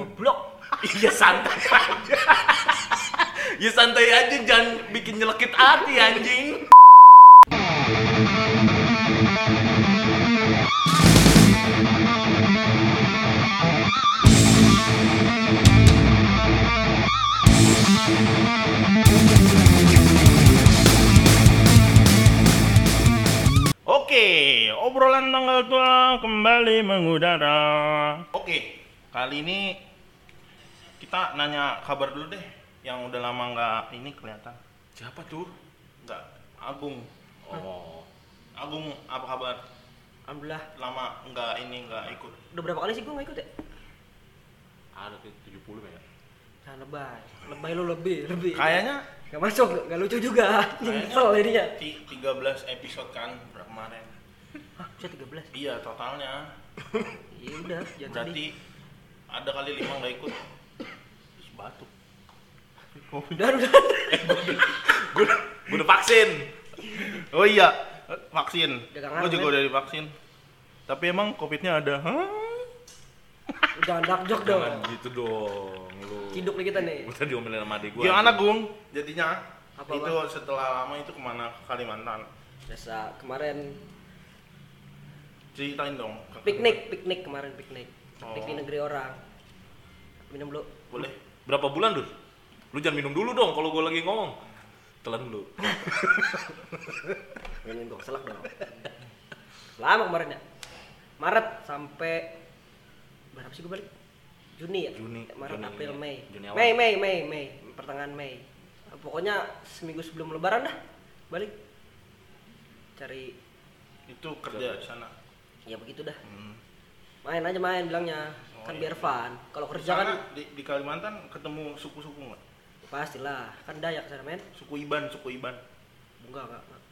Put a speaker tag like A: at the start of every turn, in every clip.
A: Goblok. Iya santai aja. ya santai aja jangan bikin nyelekit hati anjing.
B: Oke, Ya, obrolan tanggal tua kembali mengudara. Oke, kali ini kita nanya kabar dulu deh yang udah lama nggak ini kelihatan.
A: Siapa tuh?
B: Nggak, Agung.
A: Oh.
B: Agung apa kabar?
C: Alhamdulillah.
B: Lama nggak ini nggak ikut.
C: Udah berapa kali sih gue gak ikut ya?
A: Ada tuh 70 ya.
C: Nah, lebay. Lebay lu lebih, lebih.
B: Kayaknya
C: Gak masuk, gak lucu juga. Nyesel jadinya.
B: kayaknya ti- 13 episode kan udah kemarin.
C: Hah, bisa 13?
B: Iya totalnya.
C: Iya udah, jangan sedih.
B: Berarti ada kali lima nggak ikut.
A: Terus batuk.
C: Udah, udah.
A: Gue gue udah vaksin.
B: Oh iya, vaksin.
C: Udah kangen,
B: Gue juga
C: kan?
B: udah divaksin. Tapi emang covidnya ada. Hah?
C: Jangan dark joke dong.
A: Jangan gitu dong lu.
C: Ciduk nih kita nih.
A: Gua tadi diomelin sama adik gua.
B: Gimana Gung? Jadinya
C: Apa,
B: itu setelah lama itu kemana ke Kalimantan?
C: Biasa kemarin
B: Ceritain dong. Ke-
C: piknik, piknik kemarin piknik.
B: Oh.
C: Piknik di negeri orang. Minum dulu.
B: Boleh.
A: Berapa bulan, Dul? Lu jangan minum dulu dong kalau gua lagi ngomong. Telan dulu.
C: Minum dong, selak dong. Lama kemarin ya. Maret sampai berapa sih gue balik? Juni ya?
A: Juni,
C: Maret,
A: Juni,
C: April, Mei.
A: Juni awal.
C: Mei, Mei, Mei, Mei, pertengahan Mei. Eh, Pokoknya seminggu sebelum lebaran dah balik. Cari
B: Itu kerja di sana.
C: ya begitu dah.
B: Hmm.
C: Main aja main bilangnya.
B: Oh,
C: kan
B: iya.
C: biar fun. Kalau
B: Di
C: kerja kan
B: sana di, di Kalimantan ketemu suku-suku nggak?
C: pastilah, kan dayak sana men.
B: Suku Iban, suku Iban.
C: Enggak, enggak. enggak.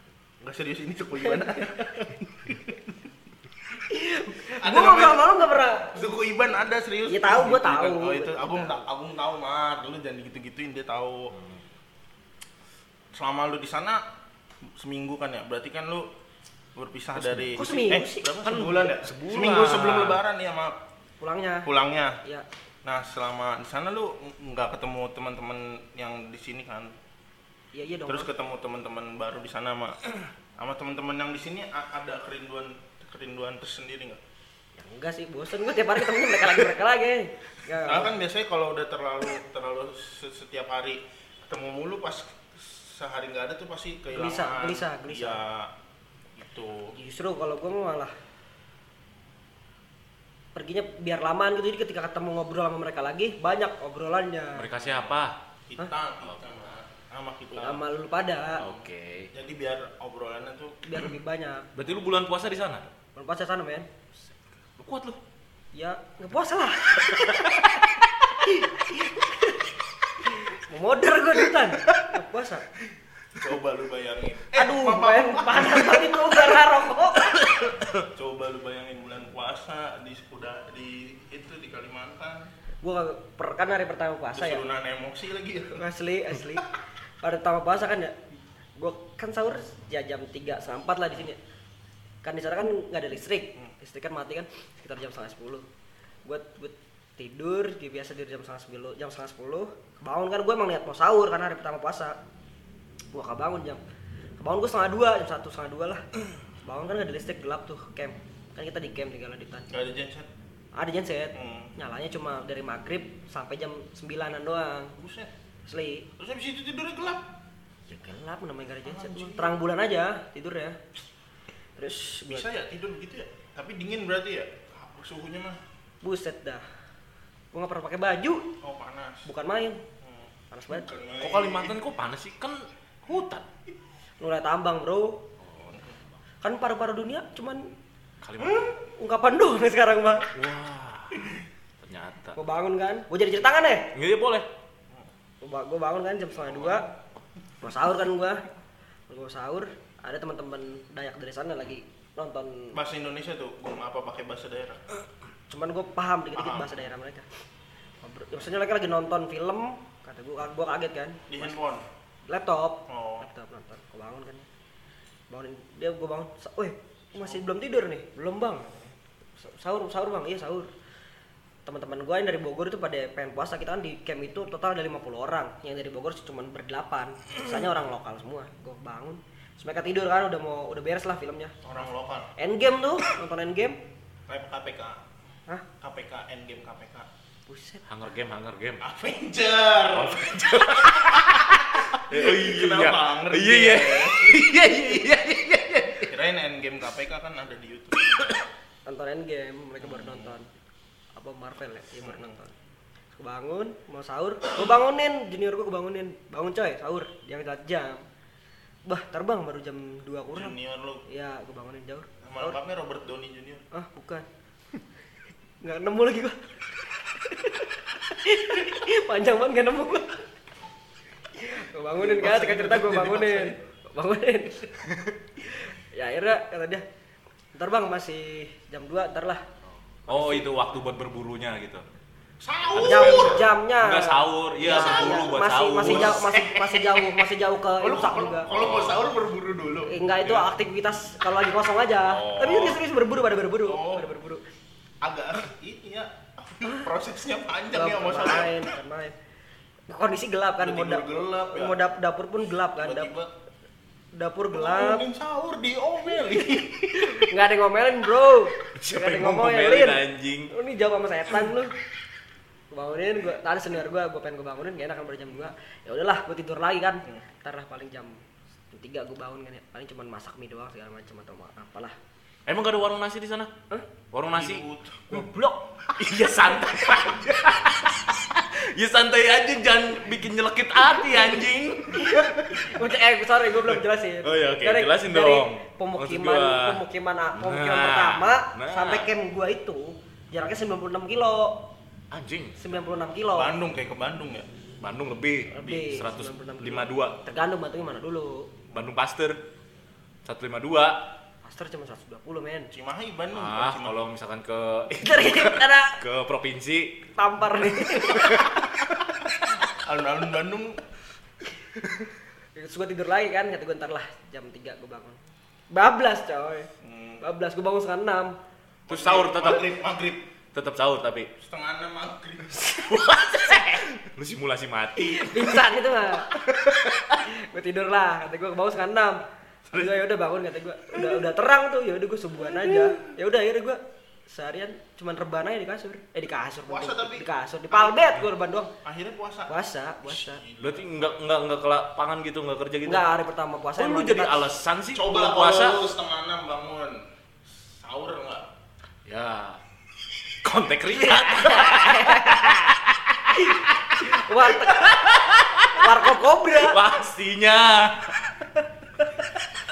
B: Enggak serius ini suku Iban. ada
C: Gua enggak
B: namanya,
C: malu enggak pernah.
B: suku Iban ada serius.
C: Iya, tahu, gua
B: Gitu kan.
C: tahu.
B: Oh, itu
C: Gua
B: Agung
C: tahu.
B: ta- Agung tahu mah, dulu jangan gitu-gituin dia tahu. Selama lu di sana seminggu kan ya, berarti kan lu berpisah dari
C: kok seminggu
B: eh,
C: sih?
B: berapa
A: Kan
B: sebulan ya?
A: sebulan.
B: Seminggu sebelum lebaran ya, maaf.
C: Pulangnya.
B: Pulangnya.
C: Iya.
B: Nah, selama di sana lu nggak ketemu teman-teman yang di sini kan?
C: Iya, iya dong.
B: Terus ketemu teman-teman baru di sana sama sama teman-teman yang di sini a- ada kerinduan kerinduan tersendiri nggak?
C: Ya enggak sih, bosen gue tiap hari ketemu mereka lagi mereka lagi. Ya,
B: Karena kan biasanya kalau udah terlalu terlalu se- setiap hari ketemu mulu pas sehari nggak ada tuh pasti kehilangan.
C: Gelisah, gelisah, gelisah.
B: Iya, gitu.
C: justru kalau gue malah perginya biar lamaan gitu. Jadi ketika ketemu ngobrol sama mereka lagi, banyak obrolannya.
A: Mereka siapa?
B: Kita, kita mah, sama kita.
C: Sama lu pada
A: Oke.
B: Jadi biar obrolannya tuh
C: biar lebih banyak.
A: Berarti lu bulan puasa di sana?
C: Belum puasa sana, men.
A: Lu kuat lu.
C: Ya, nggak puasa lah. Mau modar gue dutan. Nggak puasa.
B: coba lu bayangin.
C: Aduh, men, panas banget itu gara rokok.
B: coba lu bayangin bulan puasa di udah di itu di Kalimantan.
C: Gue per, kan hari pertama puasa ya.
B: Kesurunan emosi lagi ya.
C: asli asli pada pertama puasa kan ya gua kan sahur ya jam 3 sampai 4 lah di sini kan di sana kan nggak ada listrik listrik kan mati kan sekitar jam setengah sepuluh gua, gua tidur kayak biasa tidur jam setengah sepuluh jam setengah sepuluh kebangun kan gua emang niat mau sahur karena hari pertama puasa gua kebangun jam kebangun gua setengah dua jam satu setengah dua lah bangun kan nggak ada listrik gelap tuh camp kan kita di camp di Galaditan
B: Gak ada genset.
C: ada genset
B: Hmm.
C: nyalanya cuma dari maghrib sampai jam sembilanan doang
B: Buset.
C: asli
B: Terus habis itu tidurnya gelap.
C: ya gelap namanya gak ada genset terang bulan aja tidur ya terus gua-
B: Bisa ya tidur gitu ya? Tapi dingin berarti ya? Suhunya mah.
C: buset dah gua gak pernah pakai baju
B: Oh panas.
C: bukan main
B: Hmm.
C: panas banget
A: Kok Kalimantan kok panas sih? Kan hutan.
C: mulai tambang bro kan paru-paru dunia cuman
A: Kalimantan.
C: ungkapan doang nih sekarang mah
A: Wah. Ternyata.
C: gua bangun kan gua jadi cerita kan ya
A: Iya iya, boleh.
C: gua, ba- gua bangun kan jam setengah dua mau sahur kan gua gua sahur ada teman-teman dayak dari sana lagi nonton
B: Bahasa Indonesia tuh, gum apa pakai bahasa daerah?
C: cuman gue paham dikit-dikit
B: Paham.
C: bahasa daerah mereka Ngobrol- ya, maksudnya mereka lagi nonton film kata gue gue kaget kan
B: Di handphone.
C: laptop
B: Iya. Oh.
C: laptop nonton gue bangun kan bangunin dia gue bangun sa- weh lu masih belum tidur nih belum bang Sa- sahur sahur bang iya sahur teman-teman gue yang dari Bogor itu pada pengen puasa kita kan di camp itu total ada 50 orang yang dari Bogor cuma berdelapan sisanya orang lokal semua gue bangun terus mereka tidur kan udah mau udah beres lah filmnya
B: Orang lokal.
C: Endgame tuh nonton Endgame
B: Kayak KPK.
C: Hah?
B: KPK, endgame KPK.
C: buset
A: Hunger game, hunger game.
B: Avenger!
A: Oh iya.
B: Kenapa hunger
A: Iya iya. Iya iya iya.
B: Kirain endgame KPK kan ada di Youtube.
C: nonton Endgame mereka baru nonton apa Marvel ya iya baru nonton gue bangun mau sahur gue bangunin junior gue bangunin bangun coy sahur jangan telat jam bah terbang baru jam 2 kurang
B: Junior lu.
C: iya gue bangunin jauh
B: Nama lengkapnya Robert Downey Junior.
C: ah bukan nggak nemu lagi gue panjang banget nggak nemu gue gue bangunin kan tekan cerita gue bangunin bangunin ya akhirnya kata dia ntar bang masih jam 2 ntar lah
A: Oh itu waktu buat berburunya gitu.
B: Sahur!
C: jam jamnya
A: Enggak sahur, iya berburu buat
C: masih
A: sahur.
C: masih jauh masih masih jauh masih jauh ke
B: Kalau
C: imsak
B: kalau-
C: juga
B: kalau mau sahur berburu dulu.
C: Eh, enggak itu aktivitas kalau lagi kosong aja
A: Iya. Oh.
C: tapi serius serius berburu pada berburu
B: Oh.
C: pada berburu
B: Agak ini ya. Prosesnya panjang
C: Gelap,
B: ya mau
C: bukan
B: sahur.
C: main bukan main kondisi gelap kan
B: Udah
C: mau
B: tidur
C: dap-
B: gelap ya.
C: mau dap- dapur pun gelap kan Dap-
B: Tiba-tiba
C: dapur gelap
B: ngomongin sahur diomelin.
C: nggak ada yang ngomelin bro
A: Siapa
C: Nggak ada
A: yang mau ngomelin, anjing?
C: lu nih jawab sama setan lu Gua bangunin gua tadi senior gua gua pengen gua bangunin gak enak kan baru jam 2 ya udahlah gua tidur lagi kan
A: Hmm.
C: ntar lah paling jam 3 gua bangun kan ya paling cuma masak mie doang segala macam atau ma- apalah
A: Emang gak ada warung nasi di sana?
C: Hah?
A: Warung nasi?
B: Dibutuh.
A: Goblok. Iya santai aja. Ya santai aja jangan bikin nyelekit hati anjing.
C: Udah, eh sorry gua belum jelasin
A: Oh iya, oke,
C: Dari-
A: jelasin
C: dari
A: dong.
C: pemukiman
A: Maksud gua.
C: pemukiman pemukiman
A: Nah,
C: pertama
A: nah.
C: sampai camp gua itu jaraknya 96 kilo
A: Anjing.
C: 96 kilo
B: Bandung kayak ke Bandung ya.
A: Bandung lebih,
C: Lebih,
A: 152.
C: 96. tergantung batunya mana dulu
A: Bandung Pasteur 152.
C: Master cuma 120 men
B: Cimahi Bandung.
A: Ah,
B: Cimahi.
A: kalau misalkan ke
C: dari ada
A: ke provinsi
C: tampar nih
B: Alun-alun Bandung
C: terus gue tidur lagi kan kata gue ntar lah jam 3 gue bangun bablas coy
A: Hmm.
C: bablas gue bangun setengah enam
A: terus sahur tetap
B: maghrib maghrib
A: tetap sahur tapi
B: setengah enam maghrib
A: lu simulasi mati.
C: pingsan gitu mah gue tidur lah kata gue bangun setengah enam Terus ya udah bangun kata gue udah udah terang tuh ya udah gue subuhan aja ya udah akhirnya gue seharian cuman reban aja di kasur eh di kasur
B: Puasa
C: bener.
B: tapi.
C: di kasur di palbet gue reban doang
B: akhirnya puasa
C: puasa puasa
A: Berarti enggak enggak enggak ke lapangan gitu, enggak kerja gitu.
C: enggak hari pertama puasa
A: Kok lu
C: emang
A: jadi
C: kita-
A: alasan sih
B: coba
A: belum puasa?
B: kalau lu setengah enam bangun sahur nggak
A: Ya. Kontak Riyad.
C: warteg warkop kobra
A: Pastinya.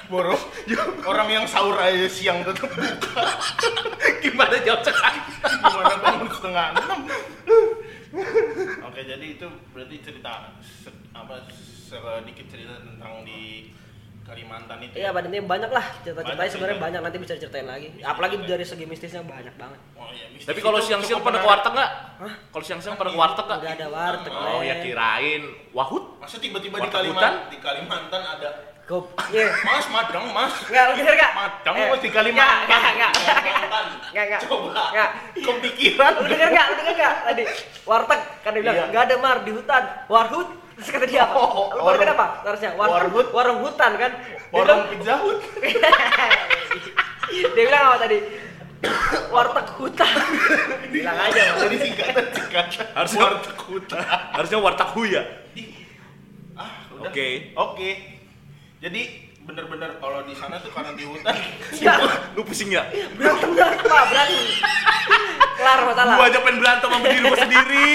B: boros orang yang sahur aja siang tetap buka
A: Gimana jawab sekarang?
B: gimana bangun setengah enam oke jadi itu berarti cerita se- apa sedikit cerita tentang di Kalimantan itu ya?
C: Iya, padahal banyak lah cerita-ceritanya
B: Banyak
C: sebenarnya
B: cerita.
C: banyak nanti bisa diceritain lagi. Apalagi dari segi mistisnya banyak banget.
B: Oh, iya, mistis
A: Tapi kalau
B: itu
A: siang-siang
B: cukup
A: pada ke
B: menarik.
A: warteg nggak? Kalau siang-siang pada ke warteg nggak?
C: Enggak ada warteg.
A: Oh
B: iya,
C: men.
A: ya kirain wahut.
B: masa tiba-tiba di
A: Warteg
B: Kalimantan di Kalimantan ada
C: Gop. Iya.
B: mas madang mas
C: Enggak, lu denger enggak?
B: madang
C: Eh,
B: mas di Kalimantan
C: Enggak, enggak, enggak.
B: Kalimantan.
C: Enggak, enggak.
B: coba
C: Enggak.
B: kepikiran
C: Lu denger enggak? Lu denger enggak tadi? Warteg kan dia bilang
B: Iya.
C: enggak ada mar di hutan. Warhut terus kata dia apa?
B: Oh,
C: Lu baru
B: warung.
C: kenapa? Harusnya warhut,
B: Warhut.
C: warung hutan kan. Dia
B: warung
C: bilang-
B: penjahut
C: Dia bilang apa tadi? Warteg hutan. Bilang aja. Mas.
B: jadi singkatan singkatan
A: Harusnya-
B: warteg hutan
A: Harusnya warteg ya. huya.
B: ah udah
A: Oke.
B: oke jadi bener-bener kalau di sana tuh karena di hutan
C: Enggak.
A: Lu pusing ya?
C: Berantem dah, Pak, berani. Kelar masalah.
A: Gua aja pengen berantem sama diri gua sendiri.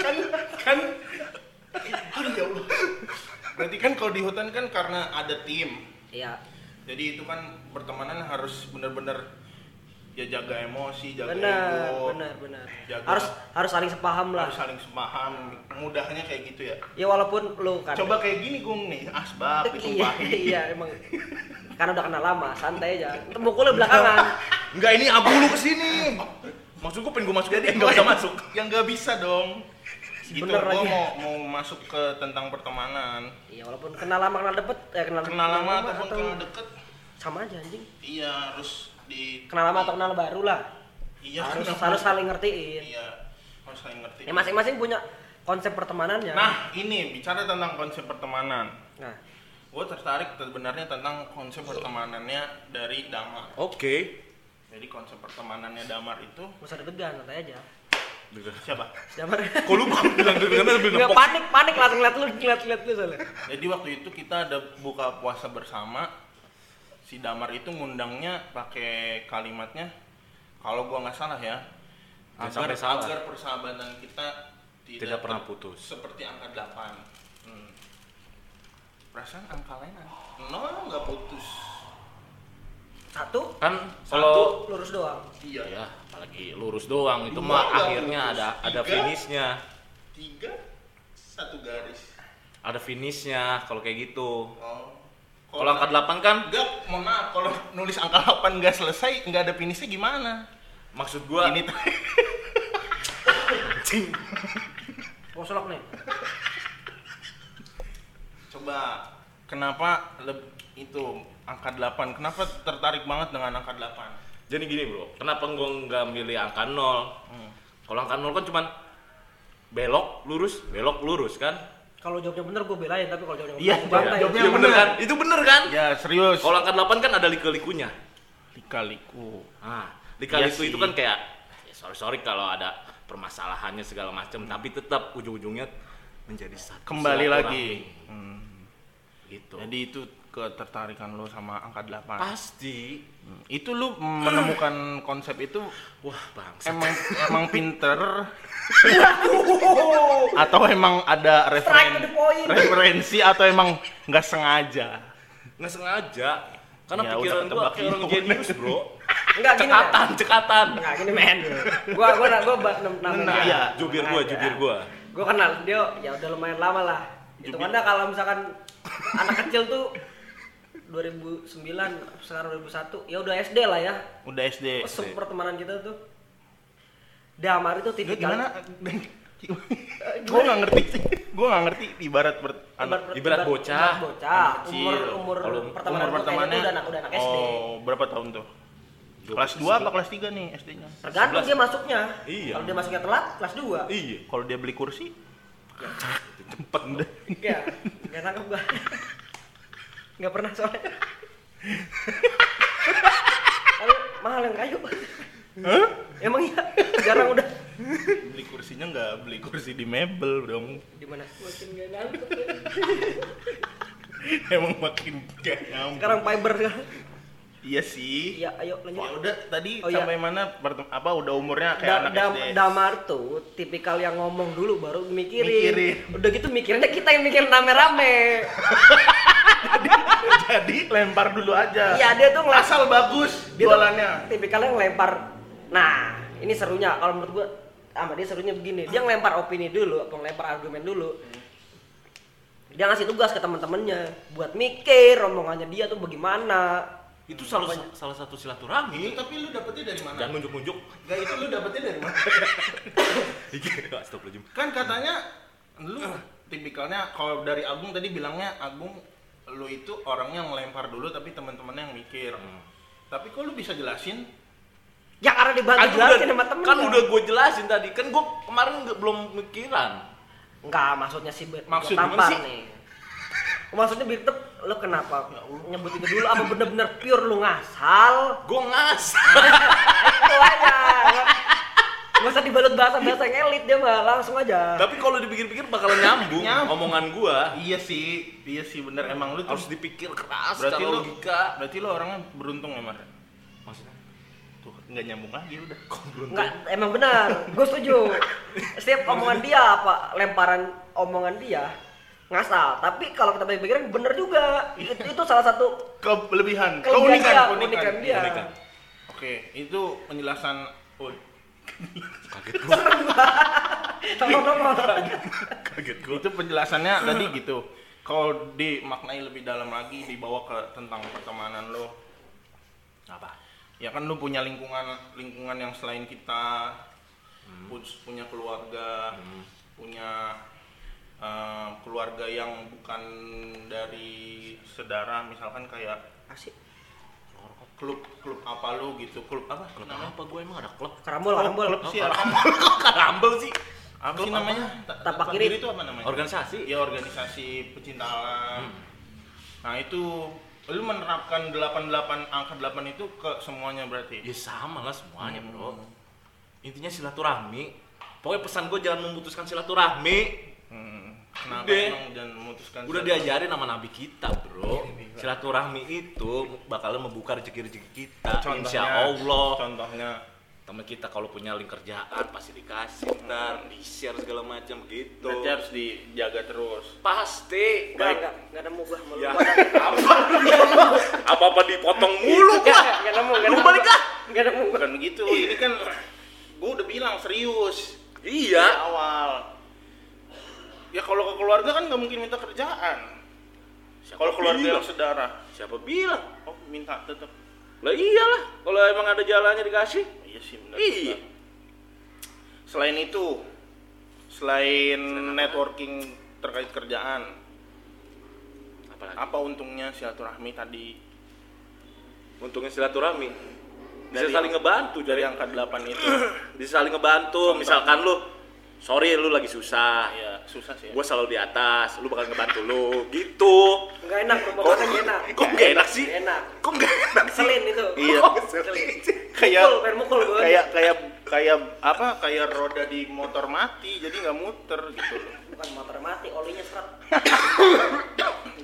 B: kan kan aduh ya Allah berarti kan kalau di hutan kan karena ada tim
C: Iya.
B: jadi itu kan pertemanan harus bener-bener ya jaga emosi jaga
C: Benar,
B: ego
C: benar, benar.
B: Jaga.
C: Harus harus saling sepaham lah.
B: harus saling sepaham mudahnya kayak gitu ya
C: Ya walaupun lu kan
B: coba kayak gini gung nih asbab
C: iya,
B: ditumpahin
C: iya emang karena udah kenal lama, santai aja. Mukulnya belakangan.
A: Enggak ini abu lu kesini. Maksud gua pengen gua masuk jadi enggak bisa masuk.
B: yang nggak bisa dong gitu
C: Bener
B: gua
C: lagi.
B: mau mau masuk ke tentang pertemanan
C: Iya, walaupun kenal lama kenal deket, eh kenal
B: kenal lama ataupun kenal deket
C: sama aja anjing.
B: iya harus di
C: Kenal lama atau kenal baru lah.
B: Iya,
C: harus
B: kenapa?
C: harus saling ngertiin
B: Iya, harus saling ngerti.
C: ya masing-masing punya konsep pertemanannya
B: Nah, ini bicara tentang konsep pertemanan.
C: nah
B: Gue tertarik sebenarnya tentang konsep pertemanannya dari Damar.
A: Oke.
B: Jadi konsep pertemanannya Damar itu
C: nggak usah deg-degan santai aja
B: siapa?
C: Damar
A: Kok lu mau bilang dengan sambil
C: nggak
A: nepok?
C: panik panik langsung ngeliat lu ngeliat ngeliat lu soalnya
B: Jadi waktu itu kita ada buka puasa bersama. Si Damar itu ngundangnya pakai kalimatnya, kalau gua nggak salah ya,
A: Jangan
B: agar
A: sampai salah.
B: agar persahabatan kita tidak,
A: Tidak pernah putus.
B: Seperti angka 8 Hmm. Perasaan angka lain ada. nol nggak putus.
C: satu
A: Kan kalau
C: lurus doang
B: Iya.
A: ya apalagi lurus doang itu
B: Dua
A: mah
B: nggak
A: akhirnya
B: lurus.
A: ada ada
B: Tiga.
A: finishnya.
B: Tiga satu garis.
A: Ada finishnya kalau kayak gitu.
B: Oh.
A: Kalau angka 8 kan
B: enggak, mohon maaf kalau nulis angka 8 nggak selesai, nggak ada finishnya gimana?
A: maksud gua
B: Ini tuh-
A: anjing.
C: posolok nih
B: Coba kenapa leb- itu angka 8? Kenapa tertarik banget dengan angka 8?
A: Jadi gini bro, kenapa gua nggak milih angka 0?
B: Hmm.
A: Kalau angka 0 kan cuman belok lurus, belok lurus kan?
C: kalau jawabnya bener gue belain tapi kalau jawabnya
B: Iya,
C: bener, gua bantai.
B: jawabnya
A: Iya bener
B: bener.
A: kan? Itu bener kan?
B: Ya, serius.
A: Kalau angka 8 kan ada liku-likunya.
B: Lika-liku.
A: Nah, liku-liku
B: Iya
A: itu
B: sih.
A: kan kayak ya sorry sorry kalau ada permasalahannya segala macam, tapi tetap ujung-ujungnya menjadi satu
B: Kembali lagi. Hmm.
A: silaturahmi. gitu.
B: Jadi itu ketertarikan lo sama angka 8.
A: pasti
B: Hmm. Itu lu menemukan konsep itu
A: wah bangsa
B: emang emang pinter atau emang ada
C: Strike to the
B: referen-
C: point.
B: referensi atau emang nggak sengaja
A: nggak sengaja karena
B: Ya,
A: pikiran
B: udah
A: gua
B: ketebak
A: kayak orang
B: itu.
A: jenius bro
C: enggak gini men
A: cekatan cekatan
C: enggak gini men gue gue gue namain
B: Nah,
C: dia.
B: iya.
A: jubir gua
C: Aja.
A: jubir gua
C: gue ya. kenal dia ya udah lumayan lama lah itu
B: Jubir.
C: anda kalau misalkan anak kecil tuh 2009 sekarang 2001 ya udah SD lah ya
B: udah SD
C: Mesum pertemanan kita tuh Damar
B: Lu
C: itu tipikal
B: gimana? gue nggak ngerti sih. Gue nggak ngerti ibarat per anak
C: Ibarat-
A: Ibarat bocah.
C: ibarat bocah
B: Anak kecil.
C: umur umur
A: Kalau
B: umur
C: pertemanan gua kayaknya
B: pertemanannya.
C: tuh udah anak udah anak SD
B: Oh, berapa tahun tuh? Kelas 2 apa kelas 3 nih SD-nya?
C: tergantung
A: 11.
C: dia masuknya
A: Iya.
C: kalau dia masuknya telat kelas 2
A: iya
B: Kalau dia beli kursi,
C: Ya.
A: cepet deh
C: iya nggak tangkap gua nggak pernah soalnya Tapi mahal yang kayu emang iya jarang udah
B: beli kursinya nggak beli kursi di mebel dong.
C: di mana
B: Emang makin gak nyambung.
C: sekarang fiber sekarang
B: Iya sih.
C: iya ayo lanjut
B: Ya udah tadi
C: Oh, iya.
B: sampai mana pertem- apa udah umurnya kayak
C: Da-
B: anak
C: Dam-
B: SD.
C: Damar tuh tipikal yang ngomong dulu baru mikirin.
B: Mikirin.
C: Udah gitu mikirnya kita yang mikirin rame-rame.
B: Jadi lempar dulu aja.
C: Iya, dia tuh ngelas-
B: asal bagus
C: Dia tuh
B: jualannya.
C: tipikal yang lempar. Nah, ini serunya kalau menurut gua sama dia serunya begini. Dia ngelempar opini dulu, apa ngelempar argumen dulu. Dia ngasih tugas ke teman-temannya buat mikir omongannya dia tuh bagaimana.
A: itu salah salah satu silaturahmi
B: tapi lu dapetnya dari
A: jangan nunjuk-nunjuk
B: Gak itu lu dapetnya dari mana?
A: Iya, astagfirullahaladzim
B: kan katanya lu tipikalnya kalau dari Agung tadi bilangnya Agung lu itu orangnya ngelempar dulu tapi teman-temannya yang mikir. Tapi kok lu bisa jelasin?
C: Ya karena dibantu
A: kan udah,
C: jelasin sama temennya.
A: kan udah gue jelasin tadi kan gue kemarin nggak- belum mikiran
C: Enggak, maksudnya sih buat
B: Maksud
C: buat
B: gimana
C: tampar
B: sih?
C: nih. Maksudnya biar tep, lo kenapa nyebut itu dulu apa bener-bener pure lu ngasal? Eh,
A: gue ngas
B: Ah.
C: Itu aja. Gak usah dibalut bahasa-bahasa yang elit dia mah langsung aja.
A: tapi kalau dipikir-pikir bakalan nyambung
B: Nyambung.
A: omongan gue
B: Iya sih, iya sih bener emang lu tuh
A: harus dipikir keras
B: berarti
A: secara
B: lu
A: logika
B: berarti lu orangnya beruntung ya, Mar.
A: maksudnya
B: Tuh, nggak nyambung lagi udah.
C: Enggak, emang benar. Gue setuju. Setiap omongan dia apa lemparan omongan dia ngasal. Tapi kalau kita pikir-pikirin bener juga. Itu, itu salah satu
B: Kelebihan,
C: kelebihan
B: keunikan,
C: dia, keunikan dia.
A: keunikan.
B: Oke, itu penjelasan Woi,
A: kaget gue
C: Tolong-tolong.
A: kaget gue
B: itu penjelasannya tadi gitu. Kalau dimaknai lebih dalam lagi dibawa ke tentang pertemanan lo,
A: apa
B: ya kan lu punya lingkungan lingkungan yang selain kita pu- punya keluarga punya eh, keluarga yang bukan dari saudara misalkan kayak
C: Asik.
A: Ngorok.
B: klub klub apa lu gitu klub apa
A: Klub
B: namanya
A: apa gue emang ada klub?
C: Karambol, karambol.
B: klub sih apa
A: Kok karambol sih?
B: apa
A: Klub
B: sih
A: apa?
B: namanya Ta-
C: Tapak kiri.
B: itu apa namanya
A: Organisasi?
B: ya organisasi pecinta alam nah itu lu menerapkan 88 angka 8 itu ke semuanya berarti
A: Ya sama lah semuanya bro.
B: Hmm.
A: Intinya silaturahmi. Pokoknya pesan gue jangan memutuskan silaturahmi.
B: hmm. kenapa
A: Udah.
B: emang dan memutuskan
A: Udah diajarin sama nabi kita bro. Silaturahmi itu bakalan membuka rezeki-rezeki kita.
B: Contohnya-
A: Insya Allah.
B: contohnya
A: temen kita kalau punya link kerjaan pasti dikasih ntar di share segala macam gitu
B: berarti harus dijaga terus
A: pasti
C: Enggak,
A: baik
C: enggak, enggak nemu gua sama lu.
A: ya
C: Gua ada-
A: apa apa apa dipotong mulu
C: Enggak,
A: gua
C: enggak, enggak nemu, enggak
A: Lu
C: nemu.
A: balik lah.
C: Enggak nemu. gua.
B: bukan begitu ini kan gue udah bilang serius
A: iya
B: Di awal ya kalau ke keluarga kan nggak mungkin minta kerjaan
A: Siapa
B: kalau keluarga
A: bilang?
B: yang saudara
A: siapa bilang
B: oh minta tetap
A: lah iyalah kalau emang ada jalannya dikasih
B: iya sih benar
A: Iya.
B: benar. selain itu selain networking terkait kerjaan
A: apalagi
B: apa untungnya silaturahmi tadi
A: untungnya silaturahmi bisa
B: Dari-
A: saling ngebantu dari
B: dari angka 8 itu
A: bisa saling ngebantu
B: Contoh.
A: misalkan lu sorry lu lagi susah
B: ya susah sih
A: gue selalu di atas lu bakal ngebantu lu gitu
C: Enggak enak, gua
A: Kok-
C: makan enggak enak.
A: kok nggak enak sih?
C: Nggak Enak.
A: kok nggak enak sih
C: Selin itu.
B: Iya.
A: Kok
C: Selin.
A: ngeselin sih?
B: kayak
C: Mukul, pengen mukul gua.
B: kayak kayak kayak apa kayak roda di motor mati jadi nggak muter gitu loh
C: Bukan motor mati, olinya seret.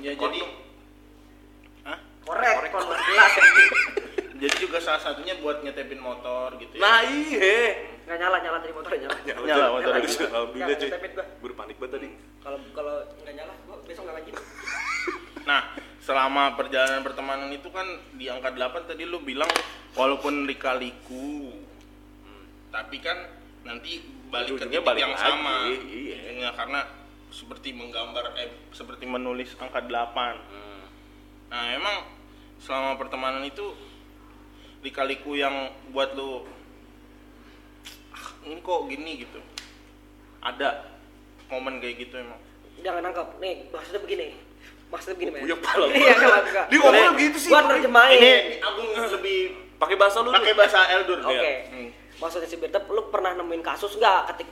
B: ya jadi
A: Kondom.
B: Hah?
C: Korek, kon gelas.
B: jadi juga salah satunya buat nyetepin motor gitu ya
A: nah iya
C: Enggak nyala, nyala dari motornya nyala.
B: Nyala, motor
A: Aduh,
B: gua.
A: alhamdulillah cuy
C: Nggak, kepepet gua.
A: gue udah panik banget tadi
C: Kalau kalau enggak nyala, gua besok enggak ngaji.
B: Nah, selama perjalanan pertemanan itu kan di angka 8 tadi lu bilang walaupun lika-liku. Tapi kan nanti balik ke
A: Ujungnya
B: titik
A: balik
B: yang
A: lagi,
B: sama.
A: iya.
B: Ujungnya karena seperti menggambar eh seperti menulis angka 8.
C: Hmm.
B: Nah, emang selama pertemanan itu lika-liku yang buat lu "Ah, ini kok gini gitu. Ada momen kayak gitu emang.
C: Jangan nangkep. Nih, maksudnya begini. Maksudnya begini, Mas.
A: Puyeng pala gua.
C: Iya, enggak, enggak.
A: Dia ngomongnya begitu sih.
C: Gua terjemahin.
B: Ini aku lebih
A: pakai bahasa lu
B: pakai bahasa Eldur
C: Oke.
B: ya. Hmm.
C: Maksudnya si Birtep, lu pernah nemuin kasus nggak ketik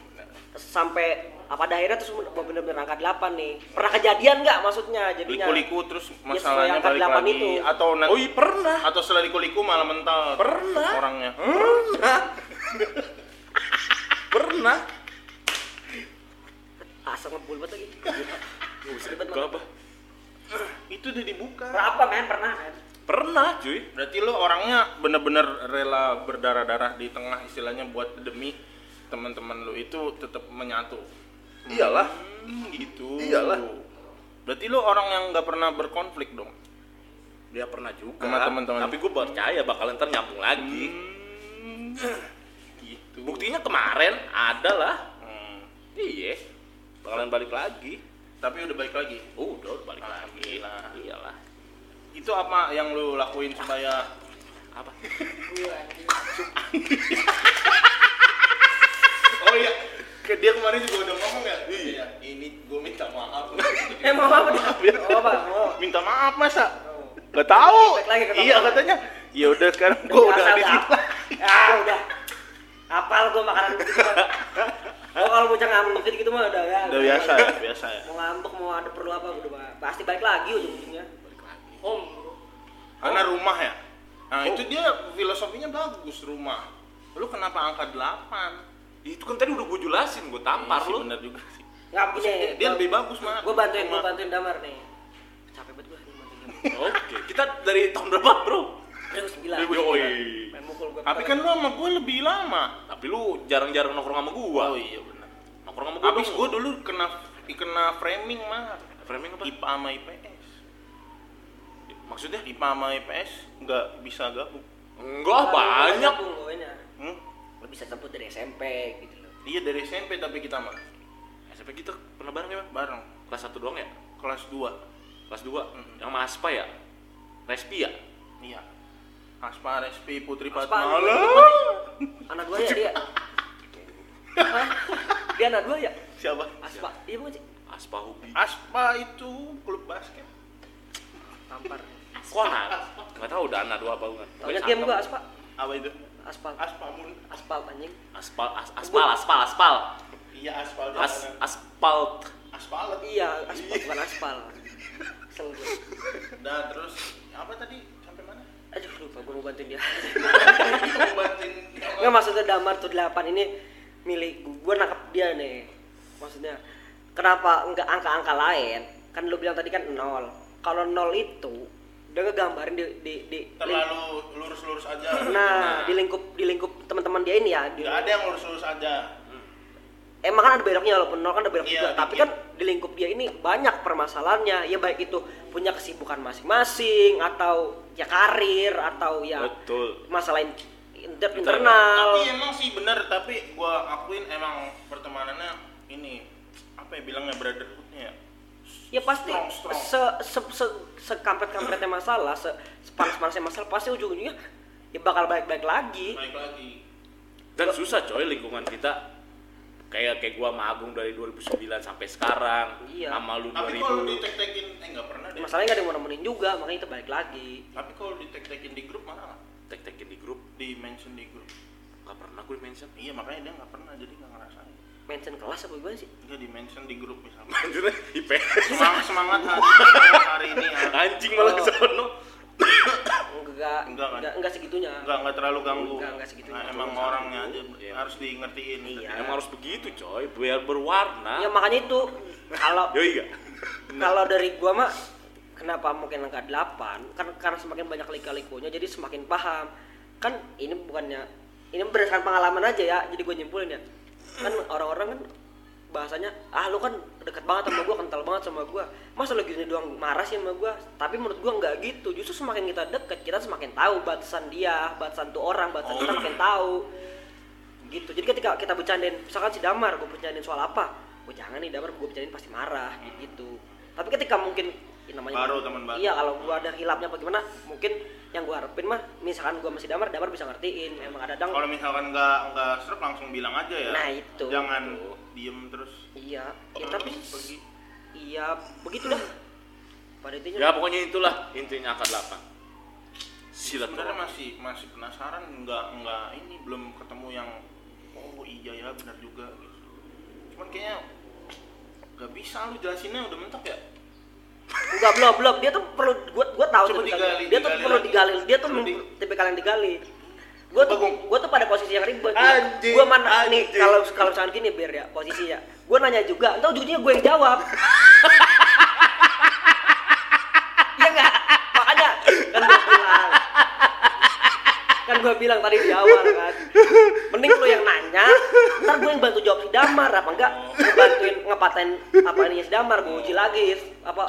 C: sampai apa pada akhirnya terus mau bener-bener angka 8 nih. Pernah kejadian nggak maksudnya jadinya?
B: liku-liku terus
C: sesuai
B: masalahnya
C: Iya, angka
B: balik
C: delapan
B: lagi
C: itu.
B: atau nanti
A: oh iya pernah
B: atau setelah liku-liku malah mental
A: Pernah.
B: orangnya
A: pernah pernah
C: Asal ngebul banget lagi.
A: Gua bisa dibuka apa
B: itu udah dibuka
C: Berapa men pernah men?
A: pernah cuy
B: berarti lo orangnya bener-bener rela berdarah-darah di tengah istilahnya buat demi teman-teman lo itu tetap menyatu
A: iyalah
B: Hmm, gitu
A: Iyalah.
B: berarti lo orang yang nggak pernah berkonflik dong
A: dia Iya, pernah juga
B: Sama teman-teman.
A: tapi gue percaya bakalan ntar nyambung lagi
B: Hmm, gitu
A: buktinya kemarin ada lah
B: Hmm,
A: iya bakalan balik lagi
B: tapi udah baik lagi
A: Oh, udah, udah balik lagi
B: Alhamdulillah.
A: iyalah
B: itu apa yang lo lakuin supaya
A: apa
B: Oh iya, ke dia kemarin juga udah ngomong ya. Iya. Ini gue minta maaf.
C: Eh mau apa dah? Mau apa? Mau.
B: minta maaf masa? Gak tahu.
C: Balik lagi ke
B: Iya
C: kamar.
B: katanya. Ya udah sekarang gue udah
C: Biasa
B: di situ.
C: Ah, udah. Apal gua makanan begitu. mah. Gua kalau bocah ngambek gitu, gitu mah udah ya.
B: Udah biasa ya, biasa ya.
C: Mau ngambek mau ada perlu apa udah ba- pasti balik lagi ujung-ujungnya. Om.
B: Karena rumah ya. Nah itu dia filosofinya bagus rumah. Lu kenapa angka
C: Iya,
B: 8?
A: itu kan tadi udah gue jelasin gue tampar
B: Iya sih,
A: lu
B: Bener juga sih.
C: Enggak punya.
B: Maksudnya dia, dia lebih bagus mah.
C: Ya, iya. Gua bantuin, gua
B: Rumah.
C: bantuin Damar nih. Capek banget gua nih bantuin Damar.
A: oke kita dari tahun berapa bro
C: Terus gila.
A: Yoi.
C: Main mukul gua.
B: Tapi kan lu sama gue lebih lama.
A: tapi lu jarang-jarang nongkrong sama gua
B: Oh iya benar.
A: nongkrong sama gua
B: Abis
A: dong.
B: gue dulu kena kena framing mah.
A: framing apa
B: IPA sama IPS.
A: maksudnya
B: IPA sama IPS nggak bisa gabung.
A: enggak banyak
B: Hmm?
C: Lu bisa sebut dari SMP gitu loh.
B: Iya dari SMP tapi kita mah
A: SMP Eh, kita pernah bareng ya Bang?
B: bareng
A: kelas 1 doang ya
B: kelas 2.
A: kelas 2
B: Mm.
A: yang sama Aspa ya Respi ya
B: Iya. Aspa Respi Putri
C: Aspa,
B: Fatma.
C: lu-
B: Alah.
C: Anak gua ya dia. Hah? Dia anak gua ya?
B: Siapa?
C: Aspa. Iya bukan sih?
A: Aspa Hubi
B: Aspa itu klub basket.
C: Tampar.
A: Kona. Enggak tahu dana dua apa bukan.
C: Taunya game gua aspal.
B: Apa itu?
C: Aspal.
B: Aspamun.
C: Aspal anjing.
A: Aspal, as, aspal, aspal, aspal.
B: Iya aspal
A: As,
B: jalanan.
A: aspal.
B: aspal.
C: Iya, aspal bukan aspal. Kesel gua.
B: Nah terus apa tadi sampai mana?
C: Aduh lupa gua mau bantuin dia.
B: Ngobatin.
C: Nggak maksudnya Damar tuh 8 ini milik gua, gua nangkep dia nih. Maksudnya kenapa enggak angka-angka lain? Kan lu bilang tadi kan 0. Kalau 0 itu udah ngegambarin di di di
B: Terlalu lurus-lurus aja.
C: Nah, di lingkup di lingkup teman-teman dia ini ya. Di,
B: Gak ada yang lurus-lurus aja.
C: emang kan ada beloknya walaupun nol kan ada belok
B: Iya,
C: juga, tapi
B: dikit.
C: kan di lingkup dia ini banyak permasalahannya. Ya baik itu punya kesibukan masing-masing atau ya karir atau ya
A: Betul.
C: masalah in- inter-
A: Internal.
B: Tapi
C: internal.
B: emang sih bener, tapi gua akuin emang pertemanannya ini apa ya bilangnya brotherhoodnya ya?
C: Ya pasti
B: strong, strong.
C: se se se sekampret-kampretnya masalah, se sepanas-panasnya masalah pasti ujung-ujungnya ya bakal baik-baik lagi.
B: Naik lagi.
A: Dan susah coy lingkungan kita. Kayak kayak gua sama Agung dari 2009 sampai sekarang.
C: Iya.
A: Sama lu
B: Tapi kalau
A: 2000.
B: ditek-tekin, eh nggak pernah deh.
C: Masalahnya gak ada yang mau nemenin juga, makanya itu balik lagi.
B: Tapi kalau ditek-tekin di grup marah nggak?
A: Tek-tekin di grup.
B: Di mention di grup.
A: Gak pernah gue mention.
B: Iya makanya dia nggak pernah jadi nggak ngerasain.
C: Mention kelas apa gimana sih?
B: Enggak di mention di grup misalnya.
A: Mentionnya IPS.
B: Semangat semangat hari, semangat hari ini ya.
A: Anjing
C: Oh.
A: malah ke sono.
C: Enggak,
B: Enggak
C: enggak,
B: kan?
C: enggak, segitunya.
B: Enggak enggak terlalu ganggu.
C: Nggak, nggak segitunya.
B: Nah, emang orangnya aja
A: Iya.
B: harus diingetiin.
C: Iya.
A: Emang harus begitu coy, biar berwarna.
C: Ya makanya itu
B: Ya
C: kalau
A: Yoi gak?
C: kalau dari gua mah kenapa mungkin angka 8 kan karena semakin banyak lika-likunya jadi semakin paham kan ini bukannya ini berdasarkan pengalaman aja ya jadi gue nyimpulin ya kan orang-orang kan bahasanya ah lu kan deket banget sama gua kental banget sama gua masa lu gini doang marah sih sama gua tapi menurut gua nggak gitu justru semakin kita deket kita semakin tahu batasan dia batasan tuh orang batasan kita makin tahu gitu jadi ketika kita bercandain misalkan si Damar gue bercandain soal apa gue jangan nih Damar gue bercandain pasti marah gitu tapi ketika mungkin ya namanya
B: Baru, teman baru.
C: iya kalau gue ada hilapnya apa gimana mungkin yang gue harapin mah misalkan gue masih Damar Damar bisa ngertiin emang ada dang
B: Kalau misalkan nggak nggak serap langsung bilang aja ya.
C: Nah, itu.
B: Jangan diem terus.
C: iya ya tapi
B: pergi.
C: iya begitulah pada intinya
A: Ya pokoknya itulah intinya angka 8.
B: Sebenarnya
A: Silaturahmi.
B: masih masih penasaran nggak nggak ini belum ketemu yang oh iya ya benar juga gitu. Cuman kayaknya nggak bisa lu jelasinnya udah mentok ya.
C: enggak belum belum dia tuh perlu gue gue tahu
B: Coba
C: tipikal-
B: digali,
C: dia tuh
B: digali
C: perlu
B: lagi.
C: digali dia tuh
B: Perlu
C: mem-
B: di-
C: tipikal yang digali gue tuh
B: Bagung.
C: gue tuh pada posisi yang ribet
B: Anjing,
C: gue mana nih
B: anjing.
C: kalau kalau misalkan gini biar ya posisinya gue nanya juga entah ujungnya gue yang jawab iya nggak makanya kan gue bilang kan gue bilang tadi di awal kan mending lu yang nanya ntar gue yang bantu jawab si Damar apa enggak gue bantuin ngepaten apa ini si Damar gue uji lagi apa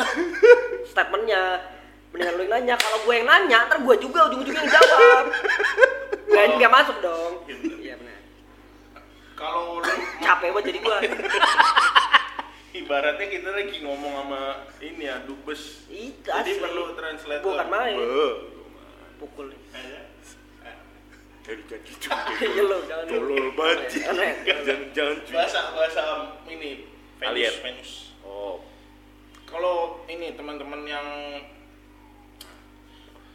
C: statementnya mendingan lu yang nanya kalau gue yang nanya ntar gue juga ujung-ujungnya yang jawab gue nggak masuk dong iya benar
B: Kalau lu
C: capek banget jadi gue
B: ibaratnya kita lagi ngomong sama ini ya dubes.
C: itu
B: Jadi
C: asli
B: perlu translator.
C: bukan main
A: Eh,
C: pukul nih
A: dari janji cuy.
C: iya lo jangan
A: Tolol banget.
C: Aneh.
A: Jangan jangan cuy.
B: Bahasa bahasa ini
A: Alien.
B: Venus, Venus.
A: Oh,
B: Kalau ini teman-teman yang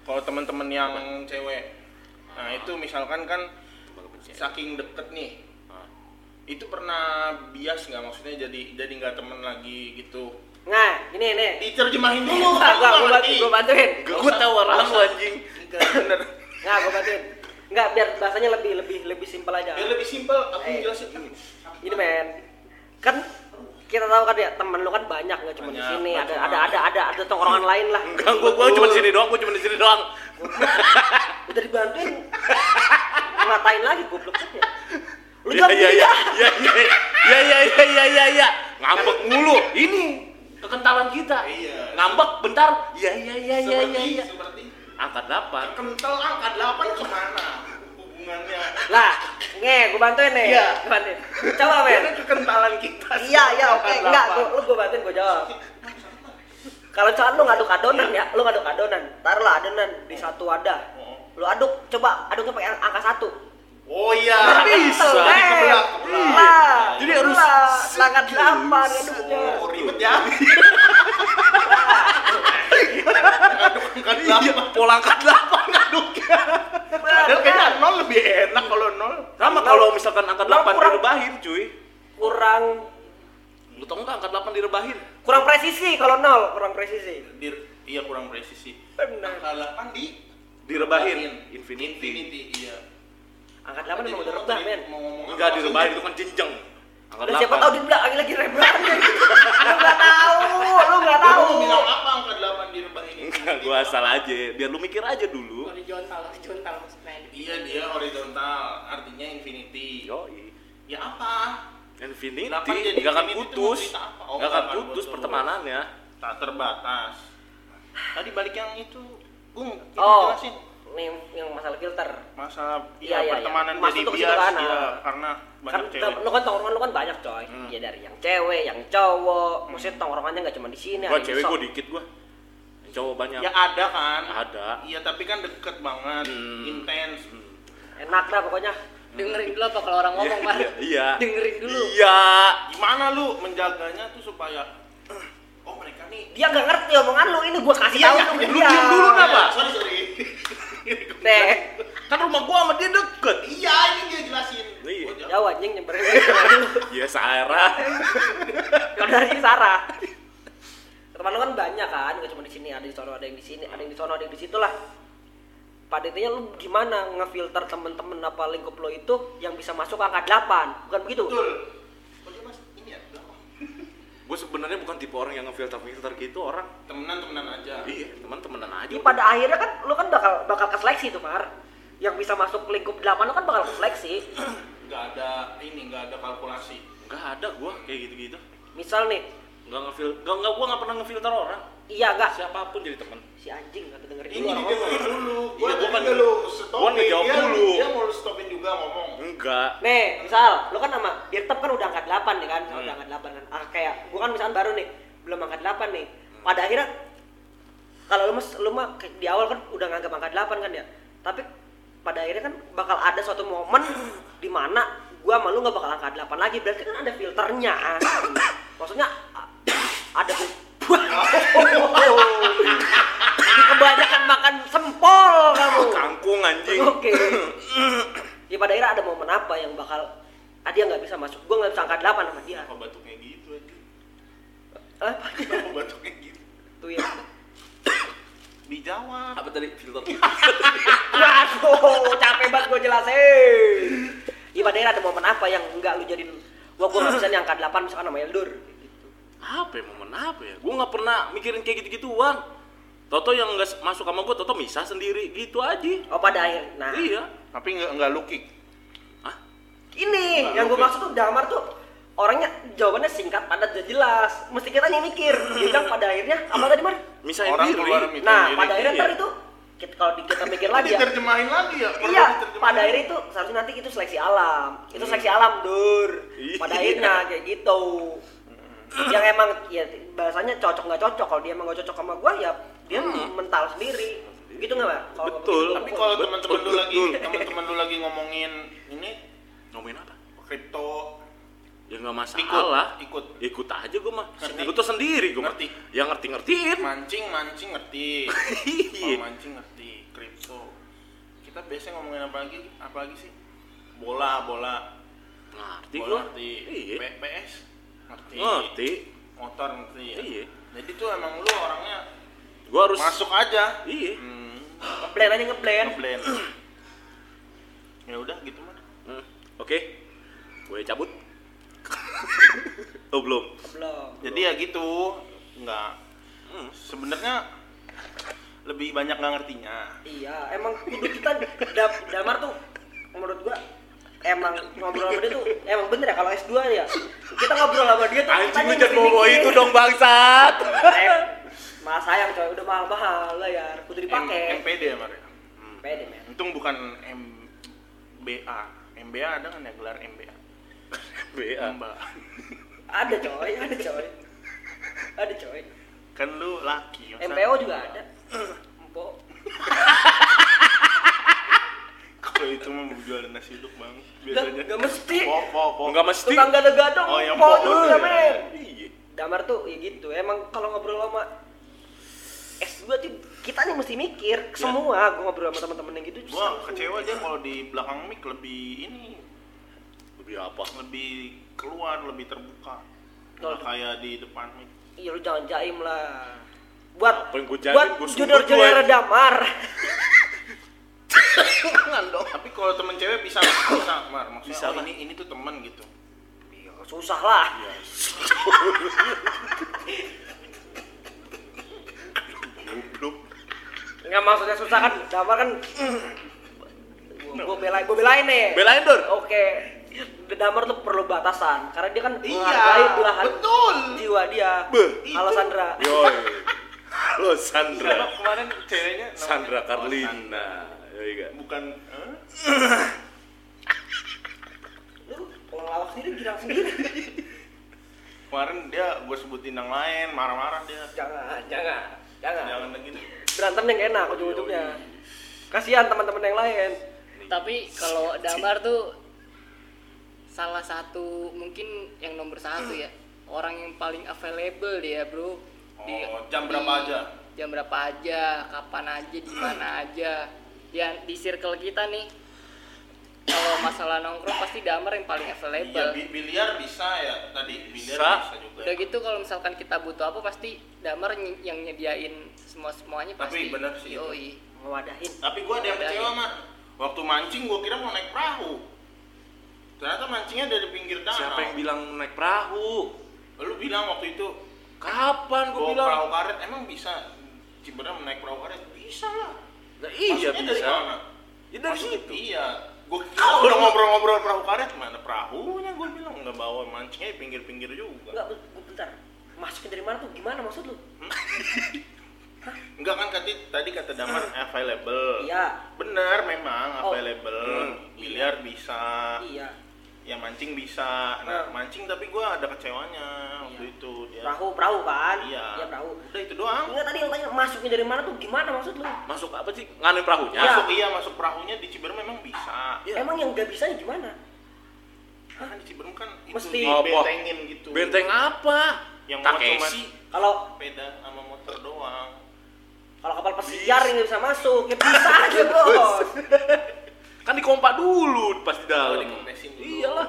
B: kalau teman-teman yang cewek. Nah, itu misalkan kan
A: teman kepercayaan.
B: saking deket nih.
A: Ah.
B: Itu pernah bias nggak maksudnya jadi jadi nggak temen lagi gitu.
C: nah ini nih
B: Diterjemahin dulu.
C: Nah, gua gua bantu- gua bantuin
A: Gak gua tahu orang lu anjing.
B: Enggak bener.
C: Nggak, gue bantuin. Nggak, biar bahasanya lebih lebih lebih simpel aja.
B: Biar Ya, lebih simpel aku
C: Eh.
B: jelasin dulu.
C: Gini men, kan kita tahu kan ya teman lu kan banyak nggak cuma di
B: Banyak,
C: sini
B: nggak
C: ada
B: cuma-
C: ada ada ada ada tongkrongan lain lah.
A: Enggak, gua gua cuma di sini doang, gua cuma di sini doang.
C: Udah dibantuin, ngatain lagi goblok kan ya. Lu
A: Iya
C: jangan
A: iya iya
C: ya.
A: iya iya iya iya iya iya iya iya ngambek mulu. Ini kekentalan kita.
B: Iya.
A: Ngambek bentar. Iya iya iya iya iya.
B: Seperti
A: iya.
B: seperti
A: Angka 8.
B: kental angka 8 kemana hubungannya
C: Lah, nge, gue bantuin nih.
B: Iya.
C: Gua bantuin. Coba men.
B: ini kekentalan kita
C: ya? Iya iya
B: Angka
C: oke enggak
B: delapan.
C: gua, lu gua bantuin gua jawab. Kalau misalkan lu ngaduk adonan ya, lu ngaduk adonan, taruhlah adonan di satu wadah. Lu aduk, coba aduknya pakai angka satu.
B: oh iya
A: Bisa.
C: Kesel,
B: Jadi
C: men.
B: kebelah, kebelah.
C: Lah,
A: Jadi harus
C: kebelah. Sangat
A: segini.
C: gampang
B: oh
C: aduknya.
B: ribet ya Ngaduk angka Iya,
C: Iya.
B: delapan.
A: Pola angkat delapan ngaduk.
B: Padahal kayaknya nol lebih enak kalau nol.
A: Sama kalau misalkan angka
C: Lah,
A: delapan
C: kurang-
A: direbahin cuy.
C: kurang
A: Lu tau nggak angka delapan direbahin?
C: kurang presisi kalau nol kurang presisi
B: Dir- iya kurang presisi.
C: Benar.
B: Angka delapan di
A: Direbahin. Infinity.
B: infinity iya.
C: angkat 8
B: Jadi
C: memang
B: lu
C: udah
B: mau
C: rebah
B: tadi
C: Kan men
B: Mau ngomong
A: Enggak
B: apa
A: direbahin
B: sih?
A: itu kan jenjang. Angka
C: Lah siapa tahu
A: delapan.
C: di belakang lagi rebah lu nggak tahu lu nggak
B: Lu
C: tahu
B: mau bilang apa angka delapan direbahin
A: Enggak, gua asal aja. Biar lu mikir aja dulu.
D: horizontal horizontal maksudnya
B: Iya dia horizontal, artinya infinity.
A: Yoi.
B: Ya apa?
A: Infinity,
B: Delapan jadi
A: nggak akan
B: infinity itu
A: putus,
B: maksudnya apa? Oh,
A: nggak akan
B: nggak akan
A: putus ya.
B: putus.
A: pertemanannya.
B: Tak terbatas. Tadi balik yang itu, Gung, itu
C: oh
B: jelasin.
C: nih yang masalah filter
B: Masalah ya,
C: Iya, iya,
B: pertemanan
C: iya. Masuk
B: jadi
C: tuh ke situ
B: bias
C: kan,
B: ya,
C: ah.
B: karena banyak
C: kan
B: cewek.
C: lu kan tongkrongan lu kan banyak coy ya dari yang cewek yang cowok maksudnya tongkrongannya nggak cuma di sini
A: Gua
C: ada di
A: cewek
C: sok.
A: gua dikit gua. Cowok banyak.
B: Ya ada kan?
A: Ada.
B: Iya, tapi kan deket banget,
A: Hmm.
B: intens.
C: enak lah pokoknya
D: dengerin dulu apa kalau orang ngomong Mar?
A: Iya.
D: dengerin dulu
A: Iya.
B: Gimana lu menjaganya tuh supaya eh, oh mereka nih
C: dia nggak ngerti omongan lu ini gua kasih
B: Iya,
C: tahu
B: iya,
C: sama
B: lu
C: dia.
A: diem dulu, Nat. Kenapa?
B: Sorry, sorry.
C: Teh.
A: Kan rumah gua sama dia deket.
B: iya, ini dia jelasin.
A: Iya.
B: Gua jawab.
C: jauh anjing nyamperin gua.
A: Iya, Sarah.
C: kalau dari sini Sarah teman lu kan banyak kan nggak cuma di sini ada di sono ada yang di sini ada yang di sono ada yang di situ lah pada intinya lu gimana ngefilter temen-temen apa lingkup lo itu yang bisa masuk angka 8 bukan begitu
B: Betul. Oh, dia mas, ini ya, belakang.
A: Gua sebenarnya bukan tipe orang yang ngefilter-filter gitu orang.
B: temenan-temenan aja.
A: Iya, teman-temenan aja.
C: Jadi pada akhirnya kan lu kan bakal bakal keseleksi tuh Mar yang bisa masuk lingkup 8 lu kan bakal keseleksi
B: nggak ada ini nggak ada kalkulasi
A: Enggak ada gua kayak gitu-gitu.
C: misal nih
A: Enggak ngefil, enggak enggak gua enggak pernah ngefilter orang.
C: iya enggak
A: Siapapun jadi teman.
C: si anjing nggak dengerin
B: ini
C: gua orang ngomong.
B: didengerin dulu gua
A: Iya, gua kan- gua
B: Oh, tadi nggak lu stopin
A: ngejawab
B: dia,
A: dulu.
B: dia mau lu stopin juga ngomong
A: Enggak.
C: Nih, misal lu kan sama Birtep kan udah angkat 8 nih kan, udah angkat 8 kan. Ah, kayak gua kan misalkan baru nih, belum angkat 8 nih. Pada akhirnya kalau lu mas lu mah kayak di awal kan udah nganggap angkat 8 kan ya. Tapi pada akhirnya kan bakal ada suatu momen di mana gua sama lu nggak bakal angkat 8 lagi. Berarti kan ada filternya. Maksudnya a- ada fil- Kebanyakan makan sempol kamu.
A: Kangkung anjing.
C: Oke. ya pada akhirnya ada momen apa yang bakal ah, dia nggak bisa masuk, gue nggak bisa angkat 8 sama dia.
B: apa batuknya gitu aja
C: Apa
B: apa batuknya gitu
C: tuh ya?
B: dijawab
A: Apa tadi filter?
C: Waduh, capek banget gue jelasin. Ya pada akhirnya ada momen apa yang nggak lu jadiin, wah gue nggak bisa nih angkat 8 misalkan sama Eldur. Gitu.
A: apa ya momen apa ya gue nggak pernah mikirin kayak gitu gituan Toto yang nggak s- masuk sama gue Toto misah sendiri gitu aja
C: Oh pada akhir, nah
A: iya
B: tapi nggak nggak lu kick
A: ah
C: ini yang gue maksud tuh Damar tuh orangnya jawabannya singkat padat dan jelas mesti kita yang mikir dia bilang pada akhirnya apa tadi mar
A: misahin
B: Orang
A: diri
B: keluar mikir
C: nah
B: diri,
C: pada akhirnya ntar
A: iya.
C: itu kita kalau di- kita mikir lagi ya
B: diterjemahin lagi ya perlu
C: Iya,
B: diterjemahin.
C: pada akhirnya itu seharusnya nanti itu seleksi alam. Itu seleksi alam, Dur.
A: Hmm. Iya. Hmm.
C: Pada akhirnya kayak gitu. Yang emang ya bahasanya cocok nggak cocok. Kalau dia emang nggak cocok sama gua ya dia mental sendiri. Gitu nggak, Pak? Kalau
A: Hmm. Betul.
C: ngomongin
B: tapi kalau
A: Betul,
B: teman-teman lu lagi
A: betul.
B: teman-teman lu lagi ngomongin ini
A: ngomongin apa
B: kripto
A: ya nggak
B: Ikut,
A: masalah
B: ikut.
A: ikut aja gue mah
B: Ngerti.
A: ikut tuh sendiri gue
B: Ngerti.
A: ya ngerti ngertiin
B: mancing mancing ngerti
A: Iya.
B: Kalau mancing ngerti kripto kita biasanya ngomongin apa lagi apa lagi sih bola bola
A: ngerti
B: bola
A: gue
B: ngerti
A: iya
B: P- PS ngerti
A: ngerti
B: motor ngerti ya
A: Iya.
B: jadi tuh emang lu orangnya
A: gue harus
B: masuk aja
A: iya
B: hmm,
C: Ngeblend aja ngeblend.
B: ngeblend ya udah gitu mah
A: Hmm, oke gue cabut oh belum
C: Belum.
B: jadi ya gitu nggak
A: Hmm.
B: sebenarnya lebih banyak nggak ngertinya
C: Iya, emang kudu kita Da- Damar tuh menurut gua emang ngobrol sama dia tuh emang bener ya kalau S2 ya kita ngobrol sama dia tuh
A: anjing
C: kitanya
A: lu jangan
C: mesti
A: bawa
C: mikir.
A: itu dong bangsat
C: Eh, mahal sayang coy, udah mahal-mahal lah ya, kudu
B: M-
C: dipakai.
B: MPD ya Maria
C: Pede men.
B: untung bukan MBA MBA ada kan ya gelar MBA
A: BA
B: Mbak
C: Ada coy, ada coy. Ada coy.
B: kan lu laki masa-
C: MPO juga ada. Empo.
B: kalau itu mah jualan nasi uduk bang
C: Gak,
B: biasanya
C: gak mesti.
B: po po po
A: nggak mesti
C: Tukang gado-gado
B: Oh, yang
C: empo
B: empo
C: juga
B: dulu ya.
C: men.
A: iya
C: Damar tuh ya gitu, emang kalau ngobrol sama S2 tuh kita nih mesti mikir semua gua ngobrol sama teman-teman yang gitu
B: gua
C: justru.
B: kecewa aja kalau di belakang mic lebih ini
A: lebih apa
B: lebih keluar lebih terbuka
C: Kalau
B: nggak kayak di depan mic
C: Iya lu jangan jaim lah. Buat
A: Apa yang gua jaim,
C: buat
A: gua sudut
C: junior
A: gua.
C: junior damar.
B: jangan dong tapi kalau temen cewek bisa bisa mar maksudnya
A: Bisa,
B: oh,
A: Mar.
B: ini ini tuh teman gitu
C: Iya, susah lah.
A: goblok
C: Enggak maksudnya susah kan damar kan. Gua- Gua belain gua belain nih.
A: belain dor
C: Oke. Damar tuh perlu batasan karena dia kan
B: Iya,
C: menghargai belahan
B: betul.
C: jiwa dia.
A: Beh,
C: Halo Sandra.
A: yoi lo
B: Siapa
A: Sandra
B: Iya, kemarin ceweknya namanya?
A: Sandra
B: Oh, Sandra.
A: Karlina yoi kan
B: bukan eh?
C: Lu ngelawak sendiri girang sendiri.
B: kemarin dia gue sebutin yang lain marah-marah dia
C: jangan, jangan. Jangan.
B: jangan lagi deh.
C: Berantem yang enak ujung-ujungnya. Kasihan teman-teman yang lain.
B: Iya.
D: Tapi kalau Damar tuh salah satu mungkin yang nomor satu ya orang yang paling available dia bro. Di-
B: Oh, jam berapa aja?
D: Jam berapa aja, kapan aja, di mana aja. Di, di circle kita nih kalau masalah nongkrong pasti Damar yang paling
B: Iya,
D: available.
B: bi- biliar bisa ya tadi biliar
A: Bisa.
B: bisa, juga.
D: Udah gitu kalau misalkan kita butuh apa pasti Damar ny- yang nyediain semua semuanya pasti.
B: Tapi bener sih itu.
D: Yoi.
C: Ngewadahin.
B: Tapi gue ada yang
C: Iya,
D: Ada
B: kecewa
D: ya.
B: mah. Waktu mancing gue kira mau naik perahu. Ternyata mancingnya dari pinggir danau.
A: siapa yang bilang naik perahu
B: Lu bilang waktu itu
A: kapan gua
B: bawa
A: bilang
B: perahu karet emang bisa Ciberem naik perahu karet bisa lah.
A: Nah, iya
B: Maksudnya dari
A: bisa
B: mana?
A: ya dari
B: Maksudnya,
A: situ
B: Iya. Gue udah ngobrol-ngobrol perahu karet mana perahunya gue bilang nggak bawa mancingnya di pinggir-pinggir juga.
C: Enggak, bu- bentar. Masukin dari mana tuh? Gimana maksud lu?
B: Enggak kan kati, tadi kata Damar available.
C: Hmm. Iya.
B: Bener memang
C: Oh.
B: available. Biliar bisa.
C: Iya.
B: Ya mancing bisa. Nah,
C: Hmm.
B: mancing tapi gua ada kecewanya waktu itu dia.
C: Iya. Perahu, perahu kan?
B: Iya.
C: perahu.
B: Udah itu doang.
C: Enggak tadi yang tanya masukin dari mana tuh? Gimana maksud lu?
A: masuk apa sih nganin
C: Ya.
A: perahunya
B: Masuk iya masuk perahunya di Ciberem memang bisa.
A: Iya.
C: Emang yang gak bisanya gimana?
B: Kan di Ciberem kan itu
C: Mesti.
B: dibentengin gitu.
A: benteng apa
B: Yang muat
A: Takeshi
B: cuman-
C: Kalau
B: Sepeda sama motor doang.
C: kalau kapal pesiar ini bisa masuk, ya bisa aja bos.
A: kan dikompak dulu pas di dalam
B: Kalau dikompresin dulu.
A: iyalah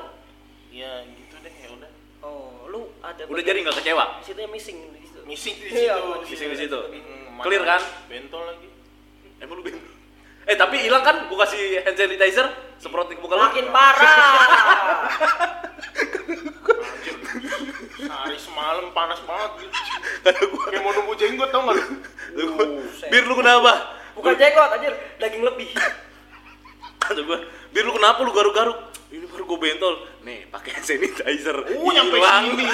B: Iya gitu deh ya udah.
C: Oh, lu ada
A: udah jadi nggak kecewa
C: di situ yang missing di situ.
B: Missing di situ.
C: Iya,
B: di
A: missing di situ.
B: Hmm,
A: Clear kan?
B: Bentol lagi.
A: emang lu benteng eh tapi hilang kan gua kasih hand sanitizer semprot di muka lu
C: Makin parah.
B: Anjir. Sehari semalam panas banget gitu. Kayak mau nunggu jenggot tau gak lu?
A: Lu gua, bir lu kenapa
C: Bukan jenggot anjir, daging lebih.
A: kata gua bir lu kenapa lu garuk-garuk ini baru gua bentol nih pakai hand sanitizer
B: Uh, nyampe
A: Hilang.
B: sini.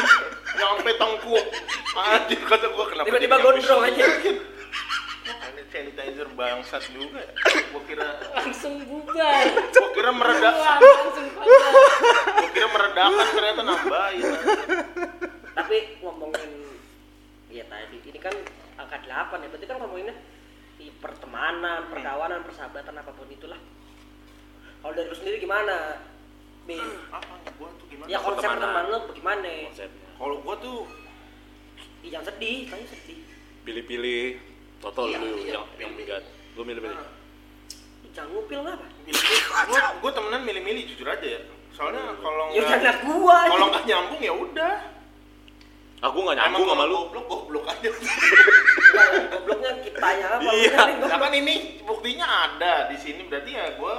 B: nyampe tengkuk. Anjir kata gua kenapa jadi
C: Tiba-tiba
B: nyampe
C: gondrong
B: sini?
C: aja.
B: Ini sanitizer bangsat juga. ya. Gua kira
D: Langsung bubar.
B: gua kira meredak,
D: Bubar, langsung bubar.
B: gua kira meredakan ternyata nambahin.
C: Tapi ngomongin ya tadi ini kan angka 8 ya. Berarti kan ngomonginnya di
A: Hmm.
C: pertemanan, perkawanan, persahabatan apapun itulah. Kalau dari lu sendiri gimana? Bi,
B: Apa Ah, gua tuh gimana?
C: ya konsep
A: Hmm. pertemanan.
C: pertemanan lu bagaimana?
A: konsepnya
B: Kalau gua tuh
C: Ih, jangan sedih, tanya sedih.
A: pilih-pilih total
D: Iya,
A: lu
D: iya.
A: yang yang minggat lu milih-milih
C: Nah, Ah. Ih, Jangan ngupil kenapa?
B: gua gua temenan milih-milih jujur aja ya. Soalnya kalau
C: Ya jangan liat
B: nggak
C: gua. anjing.
B: Iya. kalau nggak nyambung ya udah.
A: aku nggak nyambung
B: Emang
A: sama lu
B: Goblok goblok aja.
C: Enggak, gobloknya kita ya apa?
A: Iya.
C: Bukan, enggak.
B: Lah kan ini buktinya ada di sini berarti ya gue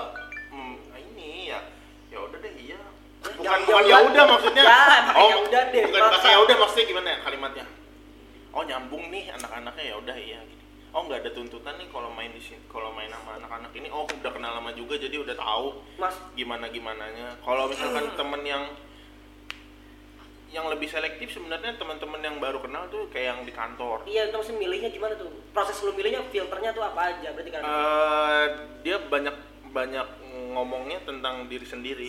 B: ini ya ya udah deh iya. Bukan
C: Ya,
B: bukan
C: ya
B: ya
C: udah.
B: udah maksudnya.
C: Ya, pakai ya udah deh,
B: Bukan
C: maksa.
B: pakai ya udah maksudnya gimana ya kalimatnya? Oh nyambung nih anak-anaknya ya udah iya gini. Oh nggak ada tuntutan nih kalau main di sini kalau main sama anak-anak ini oh udah kenal lama juga jadi udah tahu
C: Mas,
B: gimana gimananya. Kalau
C: Hmm.
B: misalkan temen yang yang lebih selektif sebenarnya teman-teman yang baru kenal tuh kayak yang di kantor.
C: iya itu mesti milihnya gimana tuh? Proses lu milihnya filternya tuh apa aja? Berarti kan
B: Eh, dia banyak banyak ngomongnya tentang diri sendiri.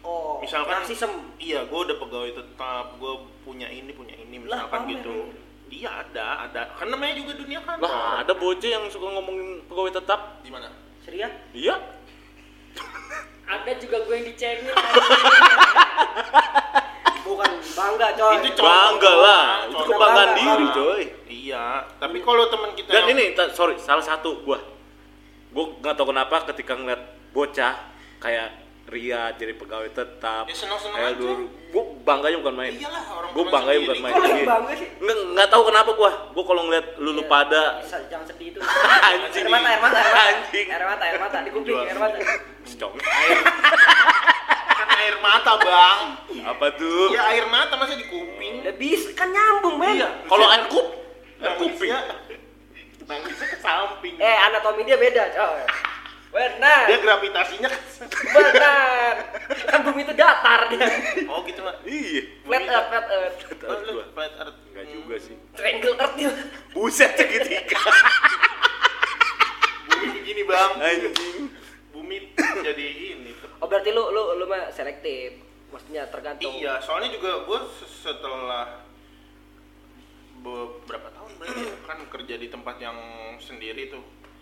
C: oh,
B: Misalkan
C: narcissism.
B: iya, gue udah pegawai tetap, gue punya ini punya ini
C: Lah,
B: misalkan
C: pamer.
B: gitu. Dia ada, ada. Kan namanya juga dunia kantor.
A: lah ada bocah yang suka ngomongin pegawai tetap
B: Di mana?
C: Serius?
A: iya
D: Ada juga gue yang dicengin.
C: Bukan bukan bangga coy.
B: Itu cowok.
A: Bangga lah, itu
B: Bangga,
A: kebanggaan
C: bangga.
A: diri coy.
B: Iya, tapi kalau teman kita
A: Dan
B: yang-
A: ini ta- sorry, salah satu gua. Gua nggak tahu kenapa ketika ngeliat bocah kayak Ria jadi pegawai tetap.
B: Ya, seneng-seneng
A: kayak
B: aja.
A: dulu. Gua bangganya bukan main.
B: Iyalah, orang
A: gua
B: teman
A: bangganya
B: sendiri.
A: bukan main.
C: Kok lu
A: Iya.
C: bangga sih?
A: Nggak nggak tahu kenapa gua. Gua kalau ngeliat lulu
B: Iya.
A: pada
C: Sa- Iya. jangan sedih itu.
A: Anjing.
C: Air mata, air mata, air mata.
A: Anjing.
C: Air mata, air mata. Di kuping, air mata.
A: secong.
B: kan air mata, Bang.
A: Apa tuh?
B: Iya, air mata masa di kuping.
C: Ya bisa kan nyambung, men.
B: Iya.
A: Kalau air kup, air kuping.
B: Nangisnya- ya. Nangisnya ke samping.
C: Eh, anatomi dia beda, coy. Benar.
B: Dia gravitasinya ke
C: Benar. Kan bumi itu datar dia.
B: Oh, gitu, Mak.
A: Iya.
C: Flat earth, flat earth.
B: Oh,
A: Terus
B: lu
A: gua.
B: flat earth.
A: Nggak juga sih.
C: Triangle earth dia.
A: Buset segitiga.
B: Bumi begini, Bang.
A: Anjing.
B: Bumi jadi ini.
C: Oh, berarti lu lu lu mah selektif. Maksudnya tergantung.
B: Iya, soalnya juga gue setelah beberapa tahun berarti ya, kan kerja di tempat yang sendiri tuh.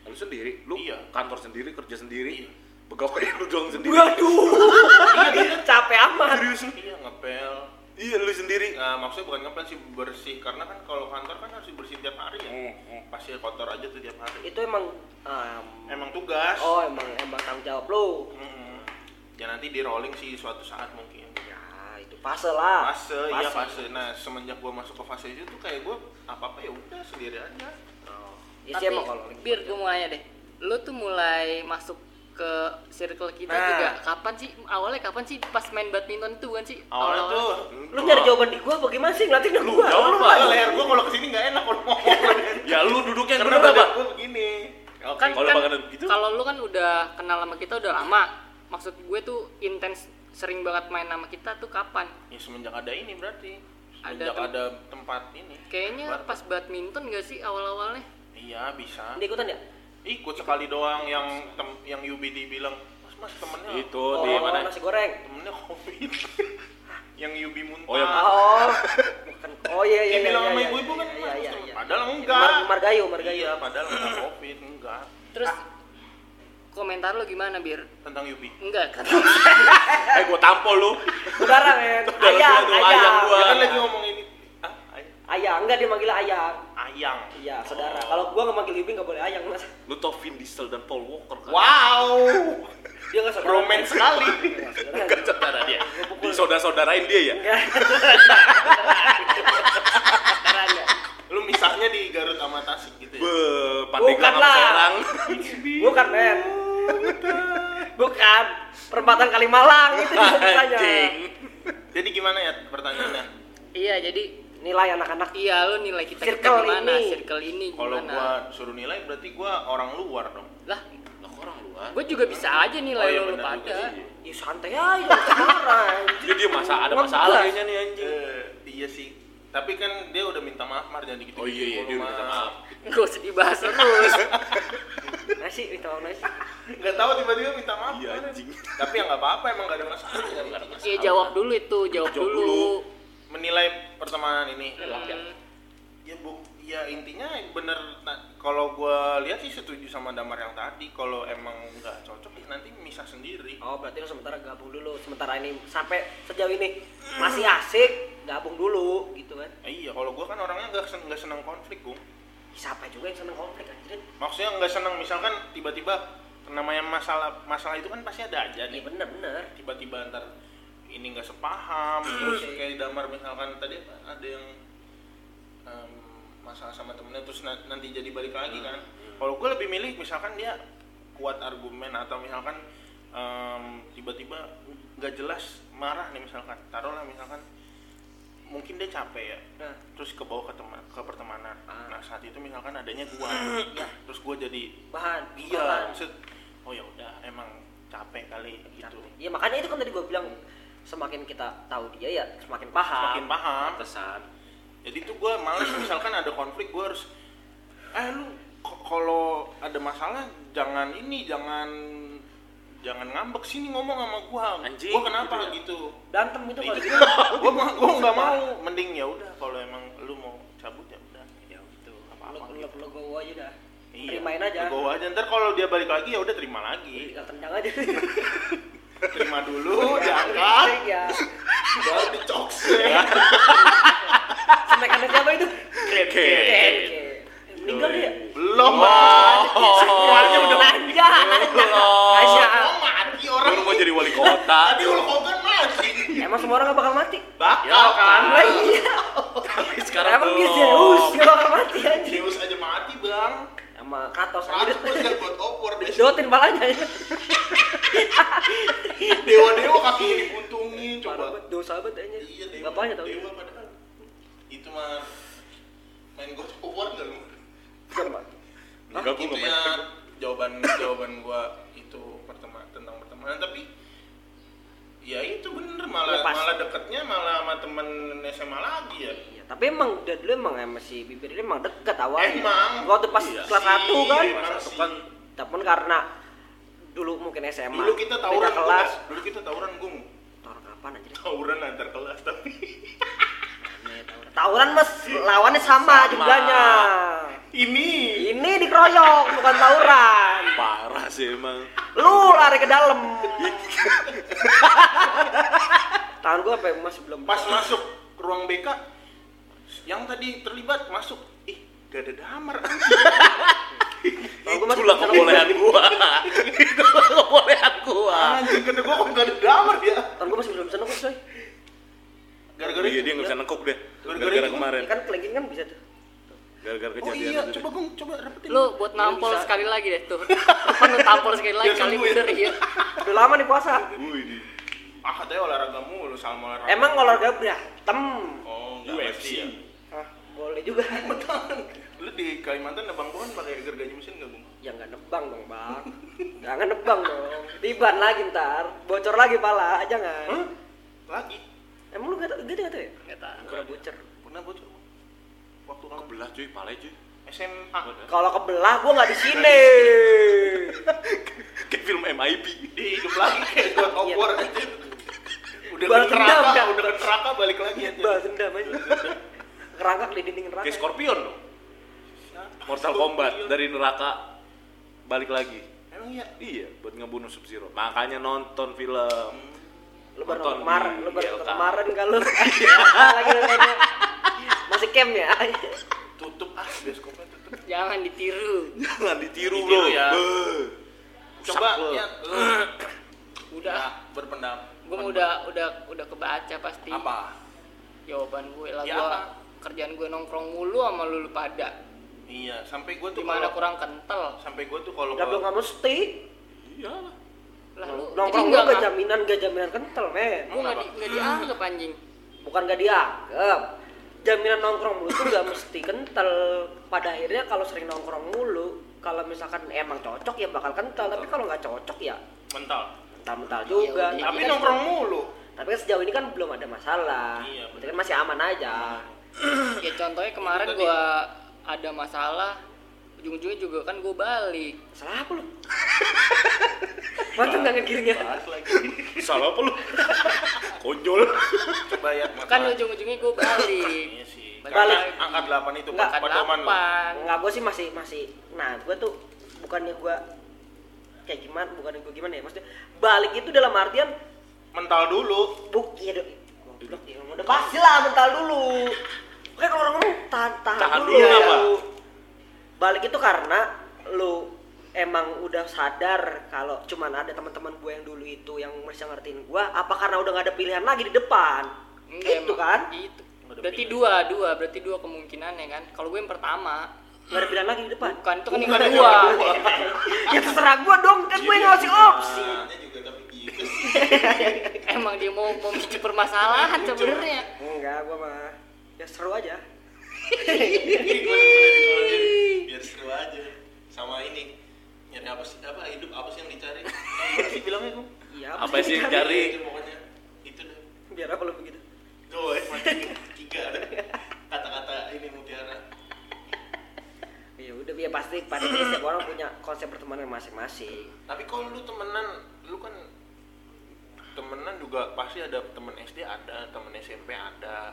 A: Lu sendiri, lu
B: Iya.
A: kantor sendiri, kerja sendiri. Pegawai lu doang sendiri.
B: Iya,
C: Waduh. Capek amat.
B: Serius? Iya, ngepel.
A: Iya, lu sendiri.
B: Nah, maksudnya bukan ngepel sih bersih karena kan kalau kantor kan harus dibersihin tiap hari ya. Pasti kotor aja tuh tiap hari.
C: Itu emang um,
B: Emang tugas.
C: oh emang emang tanggung jawab lu.
B: Mm-mm. Ya nanti di rolling sih suatu saat mungkin.
C: Ya, itu fase lah.
B: Fase, iya fase. Nah, semenjak gua masuk ke fase itu tuh kayak gua apa-apa ya udah sendiri aja.
C: Ya sih
D: Tapi
C: emang kalau lagi-
D: bir gue mau nanya deh. Lu tuh mulai masuk ke circle kita
C: Nah.
D: juga kapan sih awalnya kapan sih pas main badminton itu kan sih
B: Awalnya tuh
D: Awal-awal.
C: Lu nyari jawaban di gua bagaimana sih ngeliatin ke gua?
A: jawab,
C: Lu
A: Pak.
B: Wah, leher gua kalau kesini nggak enak kalau ngomong.
A: Ya lu duduknya yang
B: Karena
A: bener apa?
B: badan gua begini. Iya. Oke.
D: kan
A: Kalau
D: kan
A: makanan begitu?
D: kalau lu kan udah kenal sama kita udah lama maksud gue tuh intens sering banget main sama kita tuh kapan
B: Ya, semenjak ada ini berarti.
D: Ada
B: Semenjak
D: tem-
B: ada, tempat ini.
D: kayaknya
B: Bar-
D: pas badminton gak sih awal-awalnya
B: Iya, bisa.
C: Ini ikutan ya?
B: Ikut sekali doang yang tem yang UBD bilang, "Mas, Mas, temennya
A: Itu di mana?
C: Oh, nasi goreng.
B: temennya covid yang Yubi muntah
A: Oh, yang-
C: Oh. Bukan. Oh iya iya
B: dia
C: iya.
B: bilang
C: iya,
B: sama
C: iya,
B: ibu-ibu kan
C: Iya iya
B: Mas,
C: iya.
B: padahal enggak
C: Mar Margayo, Margayo.
B: iya padahal enggak covid enggak
D: terus komentar lu gimana bir
B: tentang Yubi
D: enggak kan
A: Eh gua tampol lu.
C: Udara men.
A: Udara gua
C: Ayang,
A: tuh,
C: ayang.
A: ayang gua.
B: dia kan lagi ngomong ini ah, ay-
C: Ayang, enggak dia manggil ayang.
B: ayang
C: Iya, saudara. Kalau gua nggak manggil ibu nggak boleh ayang, Mas.
A: Lu tau Vin Diesel dan Paul Walker kan?
B: wow
C: Dia nggak saudara.
B: romen sekali
C: Iya, saudara.
A: Enggak saudara dia. Disaudara-saudarain dia ya?
C: Enggak. Saudara enggak.
B: lu misahnya di Garut sama Tasik gitu ya
A: Be, Pandeglang
C: Bukan
A: sama
C: lah.
A: Serang. Iya,
C: Bukan, men. Bukan. Perempatan Kalimalang itu dia
A: ya.
C: misalnya.
A: Anjing.
B: jadi gimana ya pertanyaannya
D: iya jadi
C: Nilai anak-anak
D: iya lu nilai kita kita
C: Circle
D: gimana
C: ini.
D: circle ini
B: kalau
D: gimana
B: gua suruh nilai berarti gua orang luar dong
D: lah
A: Lah kok orang ah? luar.
D: gue juga bisa aja nilai
B: Oh, iya,
D: lu lu
B: benar juga
D: pada
B: sih.
C: Ya santai aja, saudara.
A: Dia dia masa ada
C: Ngegas.
A: masalah kayaknya nih anjing.
B: Eh, iya sih tapi kan dia udah minta maaf Mar jangan
A: Oh
B: gitu
A: iya iya dia udah minta maaf.
D: gak usah dibahas terus
C: Nasi, minta maaf nasi.
B: Nggak tahu tiba-tiba minta maaf.
A: Iya,
B: kemarin.
A: anjing.
B: Tapi ya nggak apa-apa emang nggak ada masalah.
D: ya jawab dulu itu jawab,
A: Jawab
D: dulu,
A: dulu.
B: Menilai pertemanan ini.
D: Hmm.
B: Ya bu, ya intinya bener. nah, kalau gua lihat sih setuju sama damar yang tadi. Kalau emang nggak cocok ya nanti misah sendiri.
C: Oh berarti lu sementara gabung dulu sementara ini sampai sejauh ini masih asik gabung dulu gitu kan
B: Eh, iya, kalau gua kan orangnya nggak sen- nggak senang konflik Bung.
C: siapa juga yang seneng konflik anjirin
B: Maksudnya nggak senang misalkan tiba-tiba namanya masalah masalah itu kan pasti ada aja
C: ya
B: nih.
C: bener bener
B: Tiba-tiba ntar ini nggak sepaham terus kayak damar misalkan tadi apa, ada yang em, masalah sama temennya terus na- nanti jadi balik lagi kan kalau gue lebih milih misalkan dia kuat argumen atau misalkan em, tiba-tiba nggak jelas marah nih misalkan taruhlah misalkan mungkin dia capek ya
C: Nah.
B: terus ke bawah ke teman ke pertemanan
C: Ah.
B: nah saat itu misalkan adanya gua terus gua jadi
C: bahan bahan.
B: iya maksud oh ya udah emang capek kali gitu
C: ya makanya itu kan tadi gue bilang semakin kita tahu dia ya semakin paham
B: makin paham
A: Pesan.
B: jadi tuh gue males misalkan ada konflik gue harus eh lu k- kalau ada masalah jangan ini jangan jangan ngambek sini ngomong sama gua
A: Anjing,
B: gua kenapa
A: gitu ya.
B: gitu
C: dantem itu kalau gitu
B: gua ma- gua nggak mau mending ya udah kalau emang lu mau cabut ya udah ya gitu apa
C: lo
B: apa
C: lo
B: gitu
C: lo gue aja dah
B: Iya.
C: terimain aja
B: gua aja ntar kalau dia balik lagi ya udah terima lagi
C: tinggal tendang aja
B: terima
C: Oh,
B: dulu
C: iya.
B: diangkat
C: ya
B: baru dicokse
C: snack anak siapa itu
A: Oke.
C: meninggal dia
B: belum
C: Oh.
B: mati semuanya Oh. udah
C: Nah,
B: mati
C: belanja Aja.
B: Belum mati orang
A: Baru mau jadi wali kota.
B: tadi Hulk Hogan mati
C: emang semua orang gak bakal mati
B: bakal kan
C: Ya, Lah iya
A: Tapi sekarang
C: emang
A: belum.
C: Zeus gak bakal mati anjir
B: Deus aja mati bang
C: sama Kratos
B: Ratu
C: anjir
B: terus gak buat opor deh
C: jotin palanya anjir.
B: Dewa-dewa kakinya dibuntungin
C: parah
B: coba
C: banget dosa banget anjir
B: Iya dewa
C: bapaknya tau
B: Dewa padahal Itu mah Main gue opor gak lu?
A: Enggak gua enggak
B: itu
A: main.
B: ya jawaban jawaban gua itu pertemanan tentang pertemanan tapi ya itu bener malah
C: Lepas.
B: malah deketnya malah sama temen SMA lagi ya
C: Iya, tapi emang udah dulu emang sama si Bibir ini emang dekat awalnya.
B: Emang.
C: Waktu pas
A: Iya.
C: kelas 1 kan.
B: Emang
A: Kelas satu
B: sih.
A: kan.
C: Tapi karena dulu mungkin SMA.
B: dulu kita
C: beda
B: tawuran gua,
C: kelas.
B: dulu kita tawuran gue
C: Tawuran kapan anjir?
B: tawuran antar kelas tapi
C: Aneh, Tawuran Tawuran, Mas, lawannya sama,
A: Sama.
C: jumlahnya.
B: ini
C: Ini dikeroyok bukan tawuran.
A: Parah sih emang.
C: Lu lari ke dalam. Tangan gua sampai masih belum
B: pas masuk ke ruang BK yang tadi terlibat masuk ih gak ada damar
C: Tangan Oh, gua masih
A: Itulah
C: belum-
A: kebolehan gua. Itulah kebolehan gua.
C: Ah.
B: anjing kata gue kok gak ada damar ya
C: Tangan gua masih belum seneng kok, coy.
B: gara-gara
A: Iya
B: itu. kan?
A: dia nggak bisa nengkok deh.
B: Gara-gara
A: Gara-gara
B: itu.
A: kemarin.
C: Kan kelingking kan bisa tuh.
A: Gara-gara
B: oh
A: kejadian
B: iya
A: itu
B: coba gue coba repetin
D: Lu buat nampol
C: bisa.
D: sekali lagi deh tuh. Depan lu tampol sekali lagi
B: Biar
D: kali
B: sembuh ya.
D: bener ya.
C: Udah lama nih puasa.
A: deh. Wih, di-
B: ah katanya olahraga mulu sama olahraga
C: Emang olahraga berantem.
B: oh
A: nggak
B: UFC
A: mesti
B: ya
A: ya.
C: Ah, boleh juga.
B: lu di Kalimantan nebang pohon pakai gergaji mesin gak bung
C: ya nggak nebang dong, Bang. Jangan nebang dong. Tiban lagi ntar, bocor lagi pala, jangan.
B: Hah? lagi
C: Emang lu nggak tahu, gede nggak tahu ya?
D: Nggak tahu.
C: Kalau bocor.
B: pernah bocor waktu kamu
A: Kebelah cuy, pale cuy.
B: SMA
C: Kalau kebelah, gua nggak di sini.
A: Kayak film MIB.
B: di hidup lagi kayak buat
D: Iya.
B: opor aja udah ke
C: Balas dendam,
B: neraka
C: kan?
B: udah ke neraka balik lagi ya, aja
C: Balas Gitu, dendam aja. Kerangka di dinding neraka.
A: Kayak Scorpion dong. Mortal Kombat dari neraka balik lagi.
B: emang iya
A: Iya, buat ngebunuh Sub Zero. Makanya nonton film.
C: Lu baru
A: Nonton
C: kemarin,
A: di
C: lu baru
A: ILK.
C: kemarin kalau lagi nontonnya. masih camp ya.
B: tutup ah bioskopnya tutup
D: Jangan ditiru.
A: Jangan ditiru,
B: Ditiru
A: bro.
B: ya.
A: Beuh. Rusak
B: coba
A: lo.
B: ya lu
D: Udah.
B: berpendapat
D: Gue udah udah udah kebaca pasti.
B: Iya. apa
D: Jawaban gue lah
B: Ya,
D: gua
B: apa?
D: kerjaan gue nongkrong mulu sama lu lu pada.
B: iya sampai gue tuh
D: Gimana
B: kalau-
D: kurang kental.
B: sampai gue tuh kalau
C: Enggak belum nggak mesti.
A: Iyalah.
D: Lah lu
C: Nongkrong
D: jadi
C: gua nggak
D: nggak-
C: jaminan, nggak jaminan kental, men.
D: Gua nggak di- nggak dianggap anjing.
C: bukan gak dianggap jaminan nongkrong mulu tuh gak mesti kental pada akhirnya kalau sering nongkrong mulu kalau misalkan emang cocok ya bakal kental tapi kalau nggak cocok ya
B: mental
C: mental-mental juga
D: Iya,
B: tapi
D: iya.
B: nongkrong mulu
C: tapi kan sejauh ini kan belum ada masalah
B: Iya,
C: Berarti kan masih aman aja
D: Ya contohnya kemarin
B: Itu tadi.
D: gua ada masalah ujung-ujungnya juga kan gue balik
C: salah apa lu? Mantap gak ngegiringnya?
B: bahas lagi ya,
D: Kan
A: Eh, Salah apa lu? Konyol.
B: coba ya
D: kan
B: masalah.
D: ujung-ujungnya gue balik
B: Iya sih.
D: Balik.
B: Karena angka 8 itu
C: Nggak,
B: Pak.
D: kan
B: Pedoman lo.
D: delapan
C: Enggak, gue sih masih masih. Nah, gue tuh bukannya gue kayak gimana, bukannya gue gimana ya? Maksudnya balik itu dalam artian
B: Mental dulu.
C: buk ya do- goblok ya udah pasti lah mental dulu oke kalau orang ngomong tahan tahan,
A: Tahan
C: dulu, ya.
A: dulu apa?
C: balik itu karena lu emang udah sadar kalau cuman ada teman-teman gue yang dulu itu yang bisa ngertiin gue apa karena udah gak ada pilihan lagi di depan
D: Enggak,
C: gitu
D: emang.
C: kan
D: itu berarti dua dua berarti dua kemungkinan ya kan kalau gue yang pertama
C: gak ada pilihan lagi di depan
D: bukan itu kan yang
B: Bukan yang
D: kedua
B: kedua.
C: ya terserah gue dong kan gue yang ngasih opsi
B: Nah, juga tapi gitu.
D: emang dia mau mau memicu permasalahan sebenarnya
C: enggak gue mah ya seru aja
B: Biar seru aja. Sama ini. Nyari apa sih? Apa hidup apa sih yang dicari? Apa sih bilangnya gue?
C: iya
A: Apa sih yang
C: dicari?
A: cari?
B: Itu pokoknya itu deh.
C: biar apa lu begitu
B: Tuh, eh, mancing tiga ada kata-kata ini mutiara.
C: ya udah ya pasti pasti setiap orang punya konsep pertemanan masing-masing
B: Tapi kalau lu temenan, lu kan temenan juga pasti ada temen SD ada, temen SMP ada,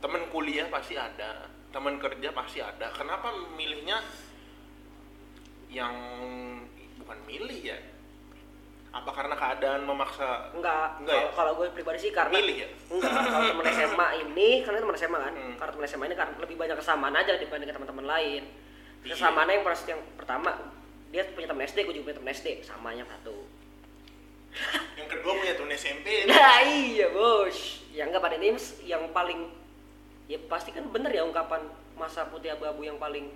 B: temen kuliah pasti ada, temen kerja pasti ada. Kenapa milihnya yang bukan milih ya? apa karena keadaan memaksa
C: Enggak,
B: Enggak ya?
C: kalau kalau gue pribadi sih karena
B: Milih ya?
C: Enggak, kalau temen SMA ini karena temen SMA kan,
B: Hmm.
C: kalau temen SMA ini karena lebih banyak kesamaan aja dibanding teman-teman lain.
B: Iya.
C: Kesamaannya yang pers- yang pertama dia punya temen SD, gue juga punya temen SD, samanya satu.
B: yang kedua punya temen SMP
C: Nah iya bos, yang enggak pada ini yang paling ya pasti kan bener ya ungkapan masa putih abu-abu yang paling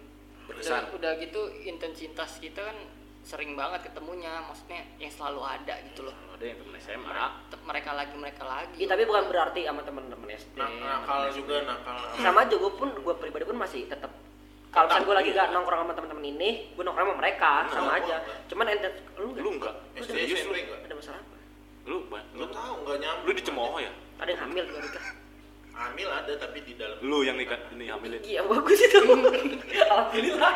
A: Berkesan.
D: Udah, udah gitu intensitas kita kan sering banget ketemunya, maksudnya yang selalu ada gitu loh.
A: Kalau ada yang temen SMA.
D: Tetep mereka lagi mereka lagi.
C: Ya, tapi bukan berarti sama temen-temen SD.
B: Nak- nakal juga nakal
C: sama aja gue pun gue pribadi pun masih tetap kalau misalnya gue lagi gak nongkrong sama teman-teman ini gue nongkrong sama mereka sama
B: gua
C: aja
B: enggak.
C: cuman ente lu
A: Iya, Lu enggak?
C: enggak
B: SD,
A: Serius lu?
B: SMP enggak
C: ada masalah apa
A: Lu, ba-
B: lu
A: lu,
B: tahu nggak nyambung
A: lu dicemooh ya?
C: ada yang hamil gue nikah
B: hamil ada tapi di dalam
A: Lu yang nikah ini hamilin.
C: iya bagus itu alhamdulillah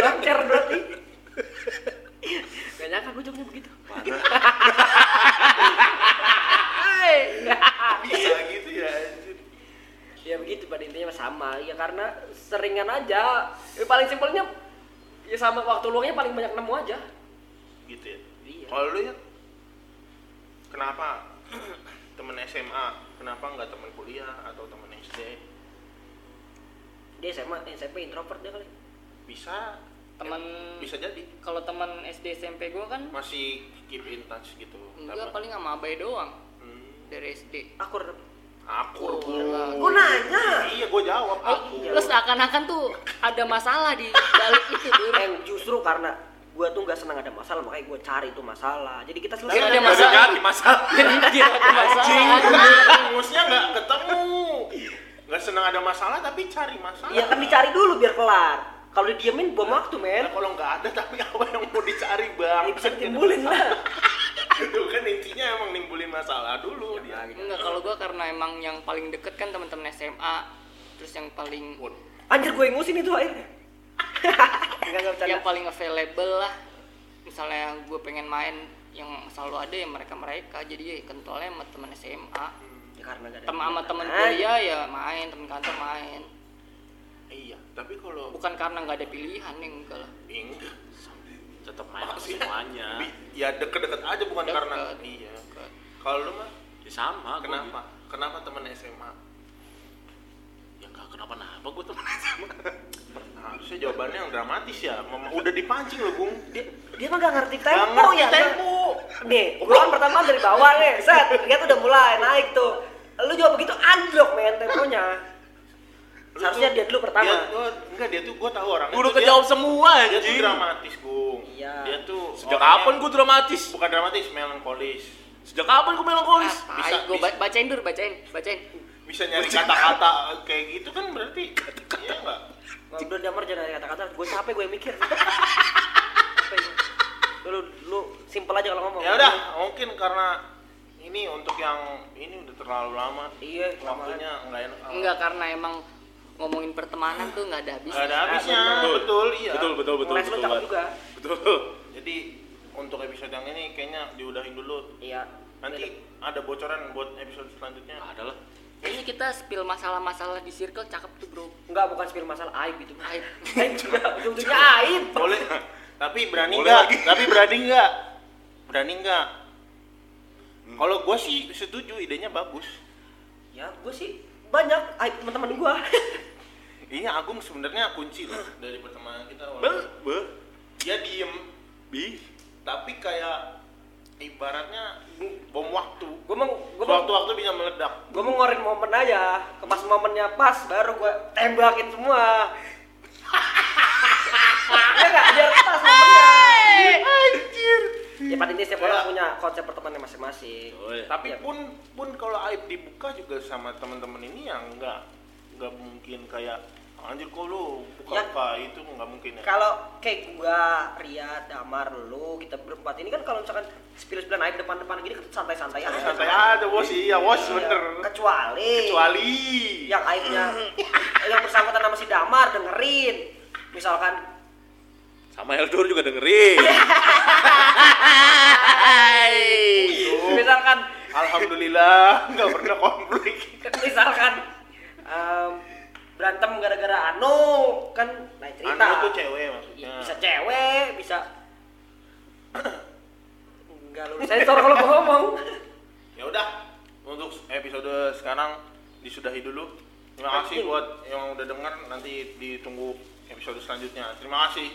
C: lancar berarti gak nyangka gue jawabnya begitu
B: bisa gitu ya anjir
C: ya begitu pada intinya sama ya karena seringan aja ya, paling simpelnya ya sama waktu luangnya paling banyak nemu aja
B: gitu ya
C: Iya.
B: kalau lu ya kenapa temen SMA kenapa nggak temen kuliah atau temen SD
C: dia SMA SMP introvert dia kali
B: bisa
D: Temen
B: bisa jadi
D: kalau teman SD SMP gua kan
B: masih keep in touch gitu
D: enggak
B: Tapi-
D: paling sama abai doang
B: Hmm,
D: dari SD.
C: akur tapi
B: aku
D: Gila.
C: Gua nanya.
B: iya gue jawab aku
D: iya. Oh, Lu seakan-akan tuh ada masalah di balik itu, Bro.
C: yang justru karena gue tuh nggak senang ada masalah makanya gue cari tuh masalah jadi kita
D: Tapi
C: selesai
D: ada masalah.
A: Nyari Ya, masalah. Iya,
D: Kira ada masalah.
B: Rumusnya nggak ketemu nggak senang ada masalah tapi cari masalah
C: iya kan dicari dulu biar kelar kalau didiemin bom waktu men
B: Nah, kalau nggak ada tapi apa yang mau dicari bang
C: ya
D: Iya,
C: bisa ditimbulin lah
B: itu kan intinya emang nimbulin masalah dulu dia
D: Enggak, kalau gua karena emang yang paling deket kan teman-teman SMA, terus yang paling
B: Waduh.
C: anjir gue ngusin itu akhirnya nggak nggak bercanda
D: yang paling available lah misalnya gue pengen main yang selalu ada ya mereka mereka jadi ya kentalnya sama teman SMA
C: ya, karena nggak ada
D: teman sama
C: teman.
D: teman kuliah ya main teman kantor main
B: iya tapi kalau
D: bukan karena nggak ada pilihan yang enggak lah
B: Ing,
A: Tetap main sama semuanya.
B: bi- ya deket-deket aja bukan
D: Deket.
B: karena iya kalau lu mah
A: Ya sama. gua
B: kenapa kenapa temen SMA
A: gitu. Ya enggak kenapa-napa gua temen SMA.
B: nah, harusnya jawabannya yang dramatis ya Mem- udah dipancing lo bung
C: dia, dia mah nggak ngerti
B: Nggak
C: tempo
B: ngerti kan?
C: ya
B: tempo.
C: nih gue kan pertama dari bawah nih set dia tuh udah mulai naik tuh lu juga begitu anjlok men temponya
B: Lu
C: seharusnya
B: tuh-
C: dia dulu pertama
B: dia- gua- enggak dia tuh gue tahu orang
A: Udah kejawab semua
B: dia tuh
A: anjing.
B: dramatis bung
C: Iya.
B: dia tuh
A: Sejak
B: orangnya-
A: kapan gua dramatis?
B: bukan dramatis melankolis
A: Sejak kapan gua melankolis?
D: ah, gue bacain dulu bacain bacain
B: bisa nyari kata-kata kayak gitu kan berarti iya enggak
C: Ngobrol damar jangan ada kata-kata, gue capek gue mikir. Capek gua. lu, lu simpel aja kalau ngomong.
B: ya udah mungkin karena ini untuk yang ini udah terlalu lama
C: Iya,
B: waktunya nggak enak
D: enggak karena emang ngomongin pertemanan tuh nggak ada
B: nggak
D: habisnya
B: ada habisnya betul, iya
A: Betul, betul, betul.
C: Ngeles lu
A: betul,
C: cakep
A: Wan.
C: juga.
A: Betul.
B: jadi untuk episode yang ini kayaknya diudahin dulu
C: Iya.
B: nanti ada bocoran buat episode selanjutnya
A: Nggak ada lah.
D: ini kita spill masalah-masalah di circle cakep tuh bro
C: Enggak bukan spill masalah aib itu.
D: Aib.
C: Aib juga ujung-ujungnya aib.
B: boleh tapi berani
A: Boleh
B: nggak
A: lagi.
B: tapi berani nggak berani nggak
A: Hmm.
B: kalau gue sih setuju idenya bagus
C: Ya, gue sih banyak aib teman-teman gue.
B: ini Iya, Agung sebenarnya kunci loh dari pertemanan kita
A: Be,
B: walaupun
A: be,
B: dia diem
A: bi.
B: tapi kayak ibaratnya bom waktu
C: gue mau gue mau
B: waktu waktu bisa meledak
C: gue mau ngorin momen aja. Ke Pas momennya pas baru gue tembakin semua. Ya enggak biar pas momennya. Anjir. Ya pada intinya setiap orang punya konsep pertemanannya masing-masing.
A: Oh,
B: tapi
C: Iya.
B: pun pun kalau aib dibuka juga sama teman-teman ini ya nggak nggak mungkin kayak anjir kok lu buka
C: Ya.
B: buka itu nggak mungkin ya
C: kalau kayak gua, Ria, Damar, lu, kita berempat ini kan kalau misalkan spill-spillan aib depan-depan gini kan santai-santai aja.
B: santai aja bos iya bos bener
C: Kecuali, Ya.
B: kecuali
C: yang aibnya yang bersangkutan sama si Damar dengerin. Misalkan
A: Sama Eldor juga dengerin.
C: misalkan
B: alhamdulillah nggak pernah konflik
C: misalkan em, berantem gara-gara anu kan lain cerita. Iya,
B: Nah. anu tuh cewek maksudnya
C: Bisa cewek, bisa
B: Ya Terima kasih buat yang udah dengar nanti ditunggu episode selanjutnya. Terima kasih.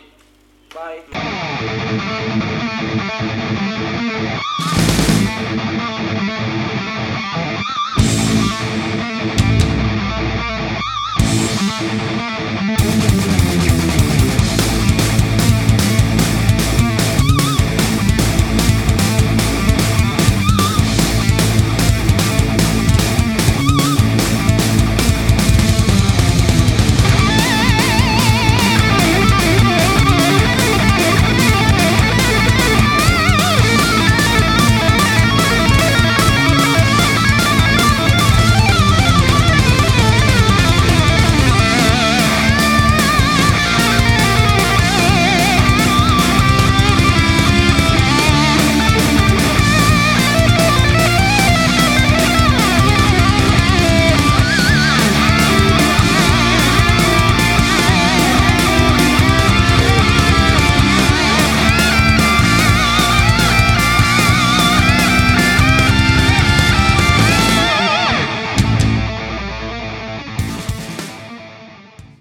C: Bye.